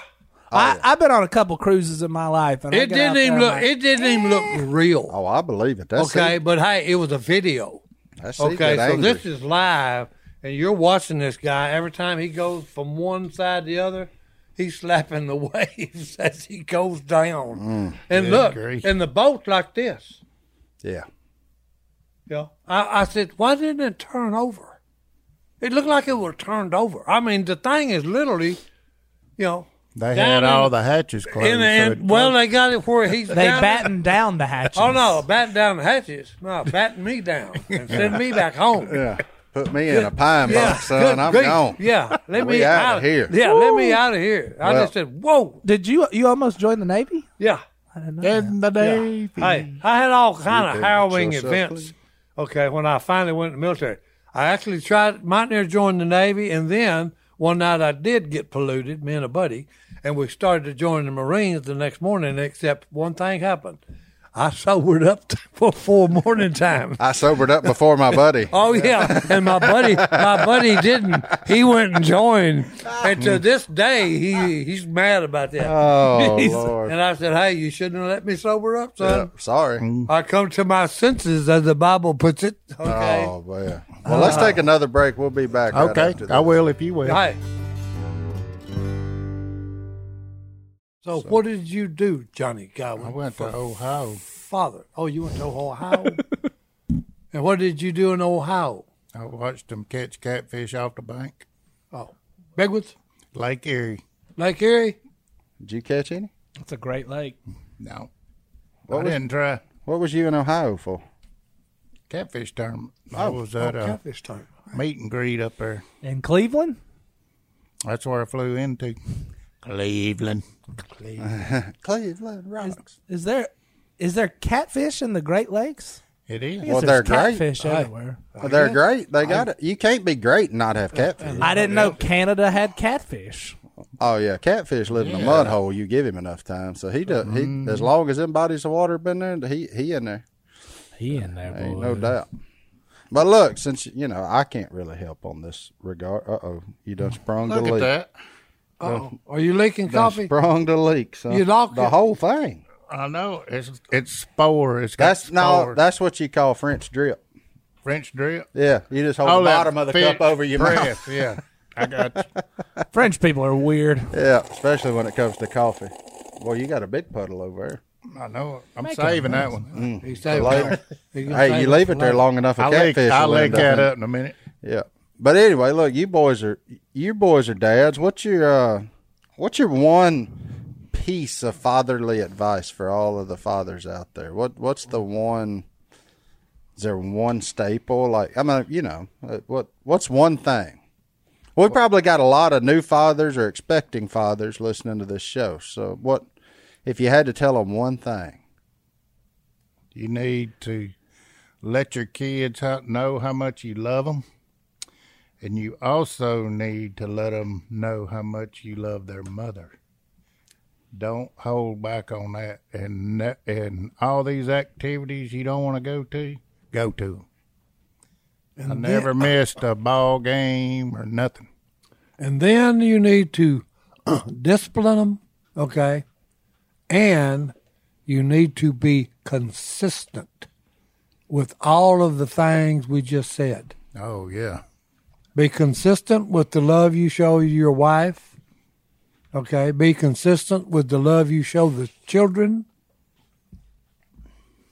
I, I've been on a couple cruises in my life, and I
it
get out
didn't
there
even
and
look.
I'm
It didn't even look real.
Oh, I believe it. That's
Okay,
okay.
but hey, it was a video.
That's
Okay, so this is live, and you're watching this guy. Every time he goes from one side to the other, he's slapping the waves as he goes down. and look,
grief.
and the boat's like this.
yeah.
Yeah, I, I said, why didn't it turn over? It looked like it was turned over. I mean, the thing is literally, you know,
They
Down
had
in-
all the hatches closed.
in the
so
end.
it-
well, they got it where he's
They
down
batten down the hatches.
Oh no, batten down the hatches. No, batten me down and send me back home.
Yeah. Put me in a pine box, son.
good
I'm
grief.
gone.
Yeah, let
We
me
outta
out
here.
Yeah, let me out of here. I
Well-
just said, "Whoa!"
Did you you almost join the Navy?
Yeah.
I didn't know.
In the Navy.
Hey, I had all kind
did
of harrowing
yourself
events.
clean.
Okay, when I finally went in the military, I actually tried. Might near joined the Navy, and then one night I did get polluted. Me and a buddy, and we started to join the Marines the next morning. Except one thing happened. I sobered up before morning time.
I sobered up before my buddy.
Oh yeah, and my buddy, my buddy didn't. He went and joined, and to this day he he's mad about that.
Hmm. Oh,
He's-
Lord.
And I said, "Hey, you shouldn't have let me sober up,
Yeah,
son.
sorry.
I come to my senses, as the Bible puts it." Okay.
Oh, man. Well, let's take another break. We'll be back. right
Okay,
after
I
this.
will if you will.
Hey. So, what did you do, Johnny Godwin?
I went to
for
Ohio.
father. Oh, you went to Ohio. and what did you do in Ohio?
I watched them catch catfish off the bank,
Oh, Bigwoods,
Lake Erie.
Lake Erie.
Did you catch any?
It's a great lake.
No, I
What was,
didn't try
what was you in Ohio for?
catfish tournament. I was at a
catfish tournament.
meet and greet up there.
In Cleveland?
That's where I flew into Cleveland.
Cleveland Rocks.
Is there is there catfish in the Great Lakes?
It is.
Well,
There's
they're great.
catfish everywhere.
They're great. They got it. You can't be great and not have catfish.
I didn't know Canada had catfish.
Oh yeah, catfish live in a mud hole. You give him enough time, so he does.
Mm-hmm.
He as long as them bodies of water been there, he he in there.
He in there,
Ain't no doubt. But look, since you know I can't really help on this regard. Uh oh, you done sprung the
Look
leak.
at that.
Oh, are you leaking
Done
coffee?
sprung the leak. Son.
You knocked
the
it.
whole thing.
I know it's it's spore. It's got
That's no.
spores.
That's what you call French drip.
French drip.
Yeah, you just hold
All
the
that
bottom of the
thick
cup over your mouth.
breath, Yeah, I got you.
French people are weird.
Yeah, especially when it comes to coffee. Boy, you got a big puddle over there.
I know. it. I'm
Make
saving that
Mm,
one.
He's saving
Later.
it. He's gonna
Hey,
save
you
it
leave
for
it there
later.
long enough, a
I lick,
catfish.
I
will
lick
end
that
in-
up in a minute.
Yeah. But anyway, look, you boys are you boys are dads. What's your uh what's your one piece of fatherly advice for all of the fathers out there? What what's the one is there one staple like I mean, you know, uh, what what's one thing? We probably got a lot of new fathers or expecting fathers listening to this show. So what if you had to tell them one thing?
You need to let your kids ho- know how much you love them. And you also need to let them know how much you love their mother. Don't hold back on that. And, that- and all these activities you don't want to go to, go to 'em. I never missed a ball game or nothing.
And then you need to discipline them, okay? And you need to be consistent with all of the things we just said.
Oh, yeah.
Be consistent with the love you show your wife, okay? Be consistent with the love you show the children.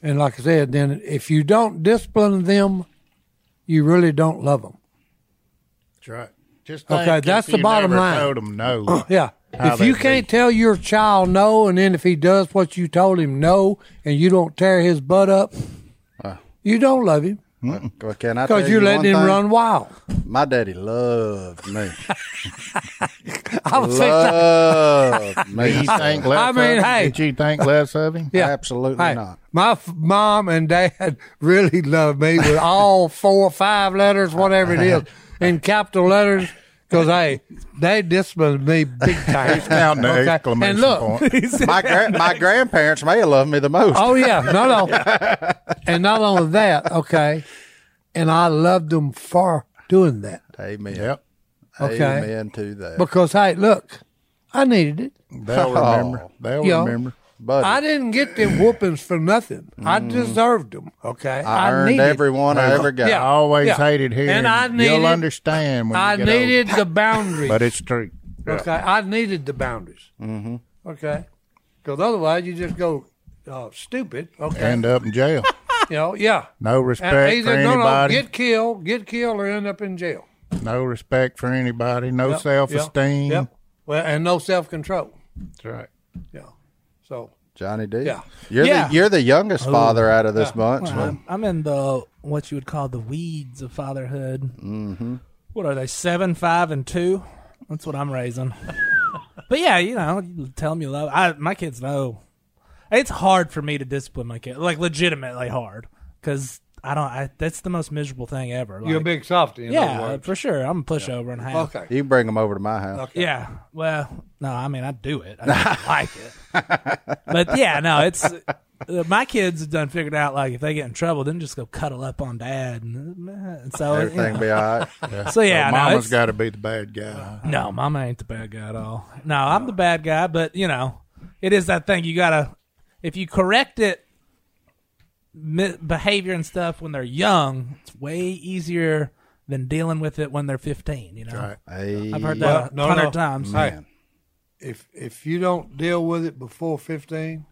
And like I said, then if you don't discipline them, you really don't love them.
That's right. Just
Okay,
think if
that's the
you
bottom
never
line.
Told 'em no.
Yeah.
How
if you
they
can't tell your child no, and then if he does what you told him no, and you don't tear his butt up, you don't love him
Well, uh, Can I
because
tell
you're
you
letting
one
him
thing?
run wild.
My daddy loved me.
I was thinking,
Love
Did
me.
you think less
I mean,
of him?
hey.
Did you think less of him?
yeah,
Absolutely
Hey,
not.
My f- mom and dad really love me with all four, five letters, whatever it is, in capital letters. Because hey, they disciplined me big time.
Counting the
Okay.
exclamation
And look,
point.
My gra- my grandparents may have loved me the most.
Oh yeah, no, no, and not only that, okay, and I loved them for doing that
Amen.
Yep.
Oh. Okay.
Amen to that.
because hey, look, I needed it.
They'll
Oh.
remember. They'll
Yeah.
remember.
Buddy,
I
I,
didn't get them whoopings for nothing. I deserved them. Okay, I,
earned
needed.
every one I ever got.
I
Yeah.
always
Yeah.
hated hearing.
And I needed-
You'll understand when
I
you get
needed the boundaries.
Old, but it's true.
okay, I needed the boundaries. Mm-hmm. Okay, because otherwise you just go uh, stupid. Okay,
End up in jail.
you know, yeah.
No
And
respect for
either no, no,
anybody.
get killed, get killed, or end up in jail.
No respect for anybody. No
Yep,
self esteem.
Yep. yep. Well, and no self control.
That's right.
Yeah. So
Johnny D.
Yeah.
You're
Yeah.
the you're the youngest father out of this bunch. but-
I'm, I'm in the what you would call the weeds of fatherhood. Mm-hmm. What are they? Seven, five, and two. That's what I'm raising. but yeah, you know, you tell them you love. I my kids know. It's hard for me to discipline my kid, like legitimately hard, because I don't. I, that's the most miserable thing ever.
You're a
like-
big softy. In other
yeah,
words.
for sure. I'm a pushover and half.
Okay.
You can bring them over to my house.
Okay.
Yeah. Well, no, I mean I do it. I don't like it. But yeah, no, it's uh, my kids have done figured out like if they get in trouble, then just go cuddle up on dad and, and so you
Everything
know.
be all right.
So yeah, no,
Mama's
it's-
got to be the bad
Uh,
guy.
no, mama ain't the bad guy at all. No, I'm the bad guy, but you know, it is that thing you gotta if you correct it mi- behavior and stuff when they're young, it's way easier than dealing with it when they're 15. You know,
Right.
Hey,
I've heard
Well,
that a
no,
hundred
no.
times.
Hey, if if you don't deal with it before fifteen,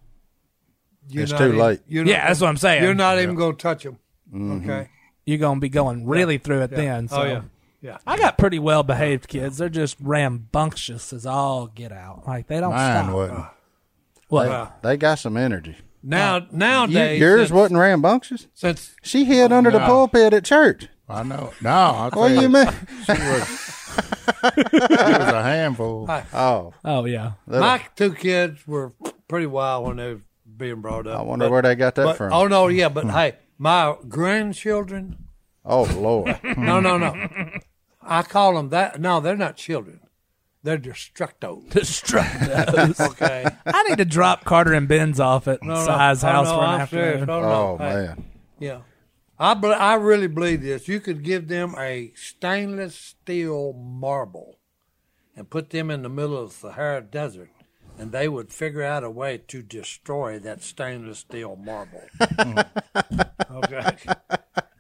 you're
It's
not
too
even-
late. Mm-hmm.
You're
Yeah, that's what I'm saying.
You're not even going to touch them. Okay.
you're gonna be going really through it then. So.
Oh yeah. Yeah.
I got pretty well behaved kids. They're just rambunctious as all get out. Like they don't
Mine
stop.
wasn't.
What?
Wow.
they got some energy.
Now
You,
nowadays,
yours
since,
wasn't rambunctious.
since
She
Oh,
hid under the
No.
pulpit at church.
I know. No, I
What do
tell
you mean?
She was, she was a handful.
Oh,
Oh yeah.
my two kids were pretty wild when they were being brought up.
I wonder where they got that
but,
from. Hmm.
Oh no, yeah, but hey, my grandchildren.
oh Lord,
No, no, no. I call them that. No, they're not children. They're destructos.
Destructos.
Okay.
I need to drop Carter and Ben's off at
No, no.
Size
Oh,
House
no,
for an
I'm serious.
afternoon.
Oh, no.
oh
Hey,
man,
Yeah. I bel I really believe this. You could give them a stainless steel marble and put them in the middle of the Sahara Desert, and they would figure out a way to destroy that stainless steel marble. okay.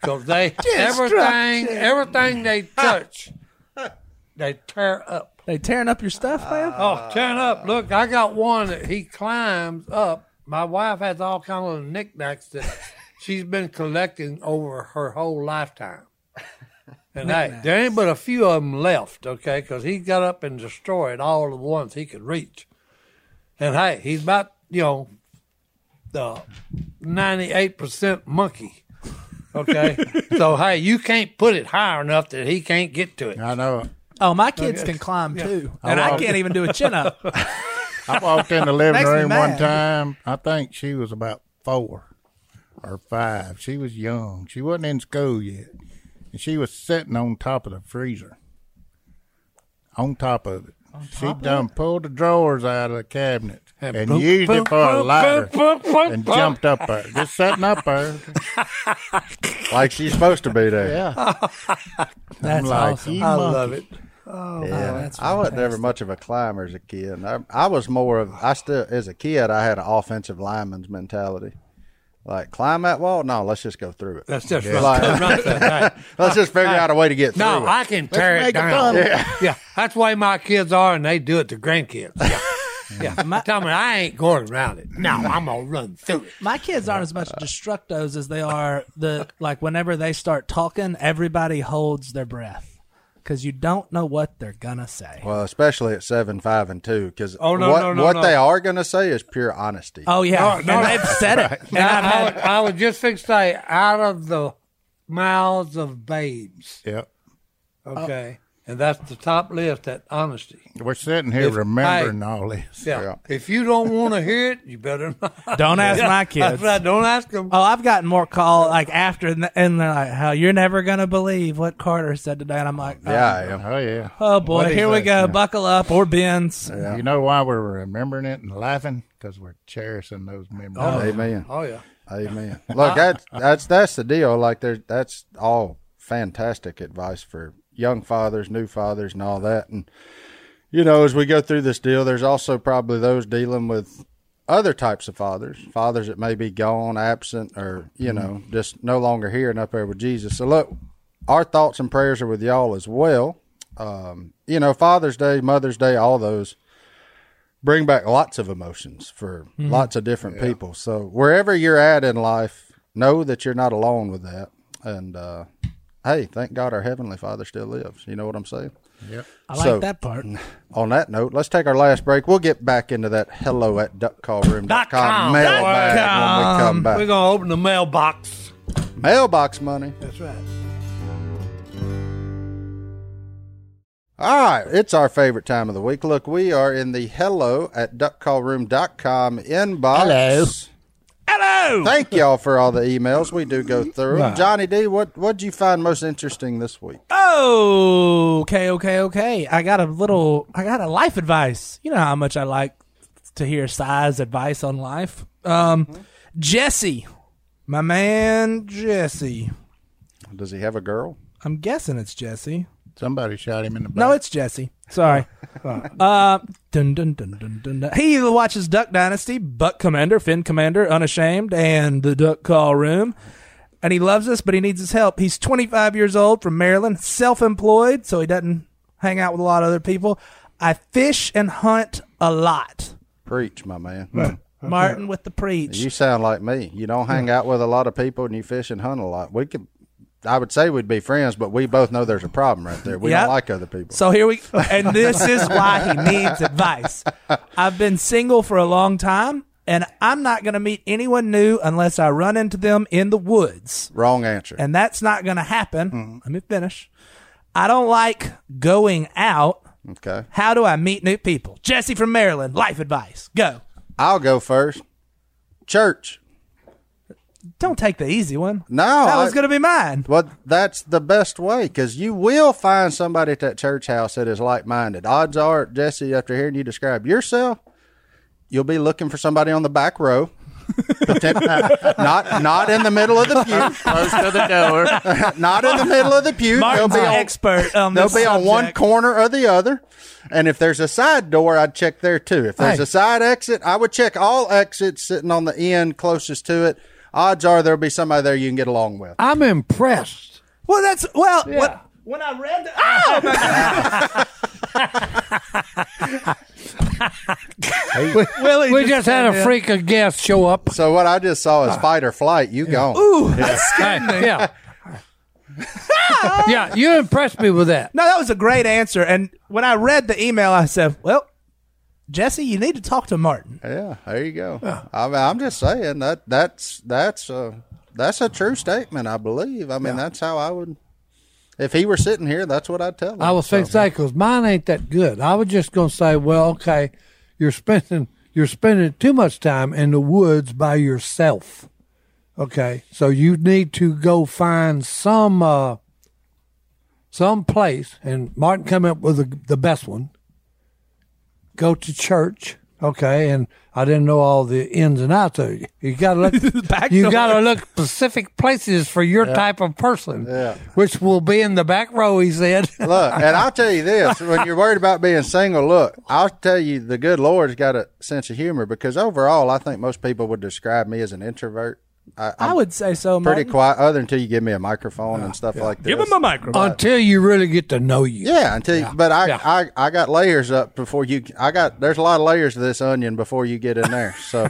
Because they everything everything they touch, they tear up.
They tearing up your stuff, man.
Oh, turn up! Look, I got one that he climbs up. My wife has all kind of knickknacks that she's been collecting over her whole lifetime. And hey, there ain't but a few of them left, okay? Because he got up and destroyed all the ones he could reach. And hey, he's about you know the ninety-eight percent monkey. Okay, so hey, you can't put it high enough that he can't get to it.
I know.
Oh, my kids can climb too, and I
walked-
can't even do a chin up.
I walked in the living
Makes me
room one
mad.
time. I think she was about four or five. She was young. She wasn't in school yet. And she was sitting on top of the freezer. On top of it. She done pulled the drawers out of the cabinet and,
boop,
used
boop,
it for a
boop,
lighter
boop, boop,
and
boop.
jumped up there. Just sitting up there.
like she's supposed to be there.
Yeah.
That's
like,
awesome.
you
I
monkey.
love it. Oh,
Yeah, I wasn't ever much of a climber as a kid. I, I was more of I still as a kid I had an offensive lineman's mentality. Like climb that wall? No, let's just go through it.
That's just
Like-
right. Right there. Hey.
Let's just figure out a way to get through
No,
it.
I can tear
Let's
it
make a
down.
tunnel.
yeah. that's the way my kids are, and they do it to grandkids. Yeah, yeah. tell me I ain't going around it. No, I'm gonna run through it.
My kids aren't as much destructos as they are the like. Whenever they start talking, everybody holds their breath because you don't know what they're gonna say.
Well, especially at seven, five, and two, because
Oh, no,
what,
no, no,
what
no.
they are going to say is pure honesty.
Oh yeah,
No, no,
and
no.
I've said it. And I've
I, I,
had
would, I would just fix say out of the mouths of babes.
Yep.
Uh. Okay, and that's the top list. That honesty.
We're sitting here
If-
remembering all this.
Yeah.
Yeah.
If you don't want to hear it, you better not.
Don't ask my kids.
That's right. Don't ask them.
Oh, I've gotten more call like after, and and they're like, "How you're never gonna believe what Carter said today," and I'm like, "Oh,
yeah, I am.
Oh, yeah.
oh boy,
What'd he
here we
say?
go. Buckle up, or Ben's."
You know why we're remembering it and laughing? Because we're cherishing those memories.
Amen.
Oh yeah.
Amen. Look, that, that's that's the deal. Like, there, that's all fantastic advice for young fathers, new fathers, and all that. And you know, as we go through this deal, there's also probably those dealing with other types of fathers, fathers that may be gone, absent, or you know, just no longer here and up there with Jesus. So look, our thoughts and prayers are with y'all as well. Um, you know, Father's Day, Mother's Day, all those bring back lots of emotions for lots of different people. So wherever you're at in life, know that you're not alone with that. And uh, hey, thank God our heavenly Father still lives. You know what I'm saying?
Yep.
I
So-
like that part.
On that note, let's take our last break. We'll get back into that hello at duckcallroom.com
com.
mailbag when we come back.
We're gonna open the mailbox.
Mailbox money.
That's right.
All right, it's our favorite time of the week. Look, we are in the hello at duckcallroom.com inbox.
Hello.
Hello.
Thank y'all for all the emails. We do go through. 'em. Johnny D, what what'd you find most interesting this week?
Oh, okay, okay, okay. I got a little. I got a life advice. You know how much I like to hear size advice on life. Um, Jesse, my man Jesse.
Does he have a girl?
I'm guessing it's Jesse.
Somebody shot him in the back.
No, it's Jesse. Sorry. uh, dun, dun, dun, dun, dun, dun. He watches Duck Dynasty, Buck Commander, Finn Commander, Unashamed, and the Duck Call Room. And he loves us, but he needs his help. He's 25 years old from Maryland, self employed, so he doesn't hang out with a lot of other people. I fish and hunt a lot.
Preach, my man.
Martin with the preach.
You sound like me. You don't
Hmm.
hang out with a lot of people and you fish and hunt a lot. We could I would say we'd be friends, but we both know there's a problem right there. We
Yep.
don't like other people.
So here we and this is why he needs advice. I've been single for a long time and I'm not going to meet anyone new unless I run into them in the woods.
Wrong answer.
And that's not going to happen.
Mm-hmm.
Let me finish. I don't like going out.
okay.
How do I meet new people? Jesse from Maryland, life advice. Go.
I'll go first. Church.
Don't take the easy one.
No,
That was
I-
going to be mine.
Well, that's the best way because you will find somebody at that church house that is like minded. Odds are, Jesse, after hearing you describe yourself, you'll be looking for somebody on the back row. not not in the middle of the pew.
close to the door.
Not in the middle of the pew.
Martin's
They'll
an
be on,
expert on
they'll
this.
be on one
subject.
corner or the other. And if there's a side door, I'd check there too. If there's
Hey.
a side exit, I would check all exits sitting on the end closest to it. Odds are there'll be somebody there you can get along with.
I'm impressed.
Well, that's well. What, when I read the oh my god. Willie
We just had a freak of guest show up.
So what I just saw is fight or flight. You gone.
Ah. Ooh, that scared me.
Yeah. yeah, you impressed me with that.
No, that was a great answer. And when I read the email, I said, "Well, Jesse, you need to talk to Martin."
Yeah, there you go. I mean, I'm just saying that that's that's a that's a true statement. I believe. I mean, that's how I would. If he were sitting here, that's what I'd tell him.
I was fixing that because mine ain't that good. I was just gonna say, well, okay, you're spending you're spending too much time in the woods by yourself. Okay, so you need to go find some uh, some place, and Martin come up with the, the best one. Go to church, okay, and I didn't know all the ins and outs of it. You gotta look,
Back
you
door.
gotta look specific places for your type of person,
Yeah.
which will be in the back row. He said.
Look, and I'll tell you this: when you're worried about being single, look, I'll tell you the good Lord's got a sense of humor because overall, I think most people would describe me as an introvert. I, I'm
I would say so.
pretty
Martin.
quiet, other until you give me a microphone and stuff like this.
microphone.
until you really get to know you.
Yeah, until you, but I,
Yeah.
I I got layers up before you. I got there's a lot of layers to this onion before you get in there. So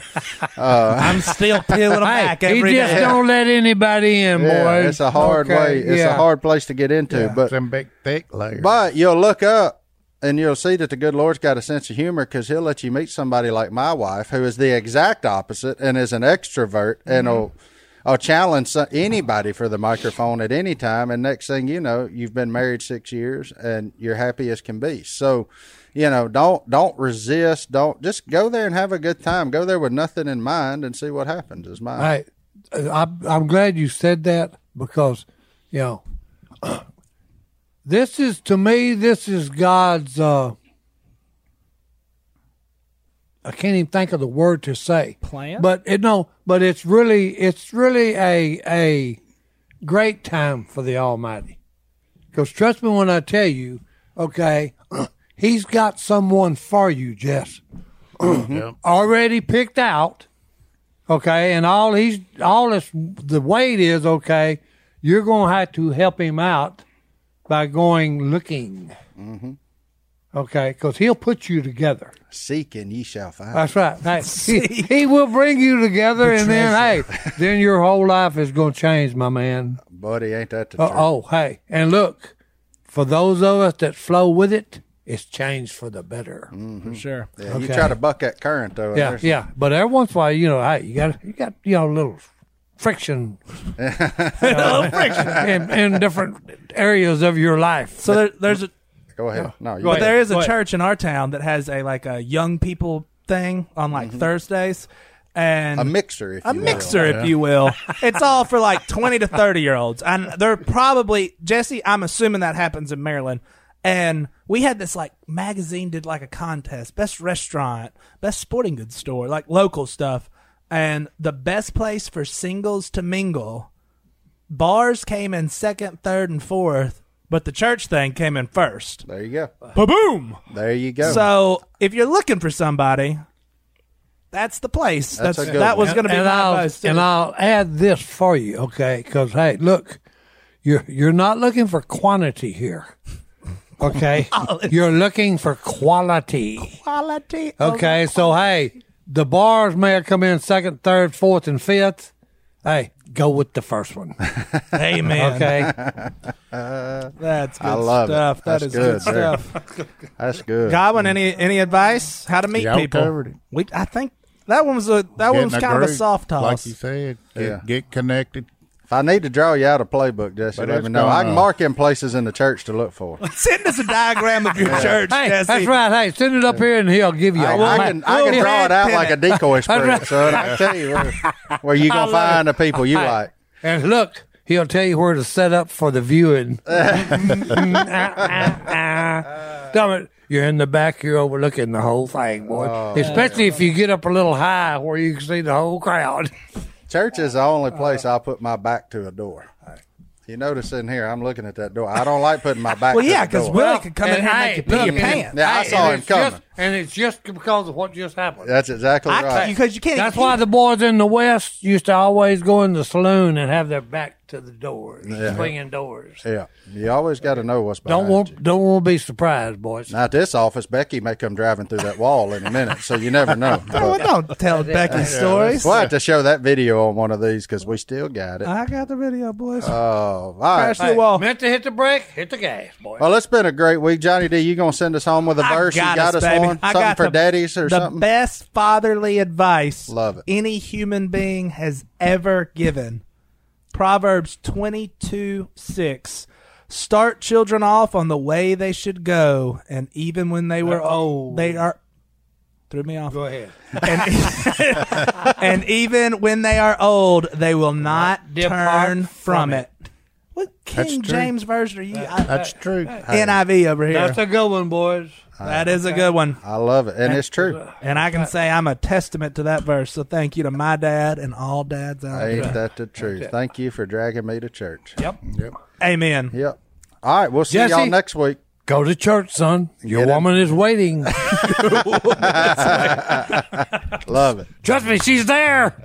I'm still peeling them
Hey,
back
he
every
just
day.
don't let anybody in,
yeah,
boy.
it's a hard
Okay,
way. It's
yeah.
a hard place to get into. But
Some big thick layer.
but you'll look up and you'll see that the good Lord's got a sense of humor because He'll let you meet somebody like my wife who is the exact opposite and is an extrovert
Mm-hmm.
and will. I'll challenge so- anybody for the microphone at any time, and next thing you know, you've been married six years and you're happy as can be. So, you know, don't don't resist. Don't just go there and have a good time. Go there with nothing in mind and see what happens. Is my
Hey, I, I'm glad you said that because, you know, this is to me, this is God's. Uh, I can't even think of the word to say.
Plan?
but it, no, but it's really, it's really a a great time for the Almighty. Because trust me when I tell you, okay, He's got someone for you, Jess
Yep.
already picked out. Okay, and all he's all this the weight is okay. You're gonna have to help him out by going looking. Okay, because he'll put you together.
seek and ye shall find.
That's right. Hey, he, he will bring you together, and then hey, then your whole life is gonna change, my man.
Buddy, ain't that the
Uh
truth?
oh, hey, and look, for those of us that flow with it, it's changed for the better.
for sure.
Yeah, You
Okay.
try to buck that current though. and
Yeah,
there's-
yeah. But every once in a while, you know, hey, you got you got you know a little friction, you know, in, in different areas of your life.
So there, there's a
Go ahead. No, you
Go
But
ahead.
there is
Go
a
ahead.
church in our town that has a like a young people thing on like Thursdays, and
Mm-hmm. a mixer. If
a
you will.
mixer, if you will. it's all for like twenty to thirty year olds, and they're probably Jesse. I'm assuming that happens in Maryland. And we had this like magazine did like a contest, best restaurant, best sporting goods store, like local stuff, and the best place for singles to mingle. Bars came in second, third, and fourth, but the church thing came in first.
There you go.
Ba boom!
There you go.
So if you're looking for somebody, that's the place. That's,
That's a good
that was
one.
going to be
and
my
I'll,
most-
and I'll add this for you, okay? Because hey, look, you're you're not looking for quantity here, okay? you're looking for quality,
quality. of-
okay? So hey, the bars may come in second, third, fourth, and fifth. Hey, go with the first one,
Amen.
okay?
That's good
I love it.
stuff. That
That's
is good,
good, sir.
stuff.
That's good.
Godwin, any any advice? How to meet
Y'all
people?
covered it.
We, I think that one was a that one
Get in
was kind of a
group,
soft toss.
Like you said, get,
Yeah.
get connected.
If I need to draw you out a playbook, Jesse,
But
let
it's
me know. I can
gone.
mark in places in the church to look for.
Send us a diagram of your church,
Hey,
Jesse.
that's right. Hey, send it up here and he'll give you.
I,
a
I
map.
can, I can
Little
draw
red
it out
pen
like a
it.
decoy spread, son. I can tell you where, where you gonna find the people you like.
And look, he'll tell you where to set up for the viewing. Tell me, you're in the back, you're overlooking the whole thing, boy.
Oh.
Especially if you get up a little high where you can see the whole crowd.
Church is the
Uh,
only place I'll put my back to a door. You notice in here, I'm looking at that door. I don't like putting my back.
Well,
to
yeah,
the door.
because Willie could come in
And
here and
hey,
make you pee
look,
your
and-
pants.
Yeah, I
hey,
saw
and
him
it's just-
coming.
and it's just because of what just happened.
that's exactly
I
right.
because you can't.
That's
even-
why the boys in the West used to always go in the saloon and have their back to the doors, swinging doors.
yeah, you always got to know what's behind.
Don't
you.
want, don't want to be surprised, boys.
Now at this office, Becky may come driving through that wall in a minute, so you never know.
Oh,
But
don't tell Becky stories.
we'll have to show that video on one of these because we still got it.
I got the video, boys.
Oh, all right.
Uh, Crash the wall.
Meant to hit the brake, hit the gas, boys.
Well, it's been a great week, Johnny D. You gonna send us home with a
I
verse? you got us,
baby.
one,
I
something
got
for
the-
daddies or
the
something.
best fatherly advice
Love it.
any human being has ever given. Proverbs 22 6. Start children off on the way they should go, and even when they were old, they are. Threw me off.
Go ahead.
And, e-, and even when they are old, they will not
Depart
turn from
from
it. What King
true.
James version are you?
Uh,
uh, I,
That's true.
NIV over here.
That's a good one, boys.
Uh,
that is a good one.
I love it, and it's true.
And I can say I'm a testament to that verse. So thank you to my dad and all dads out there.
Ain't that the truth? Thank you for dragging me to church.
Yep.
Amen.
Yep. All right, we'll see y'all
Jesse.
next week.
Go to church, son. Your
Get him.
woman is waiting.
Love it.
Trust me, she's there.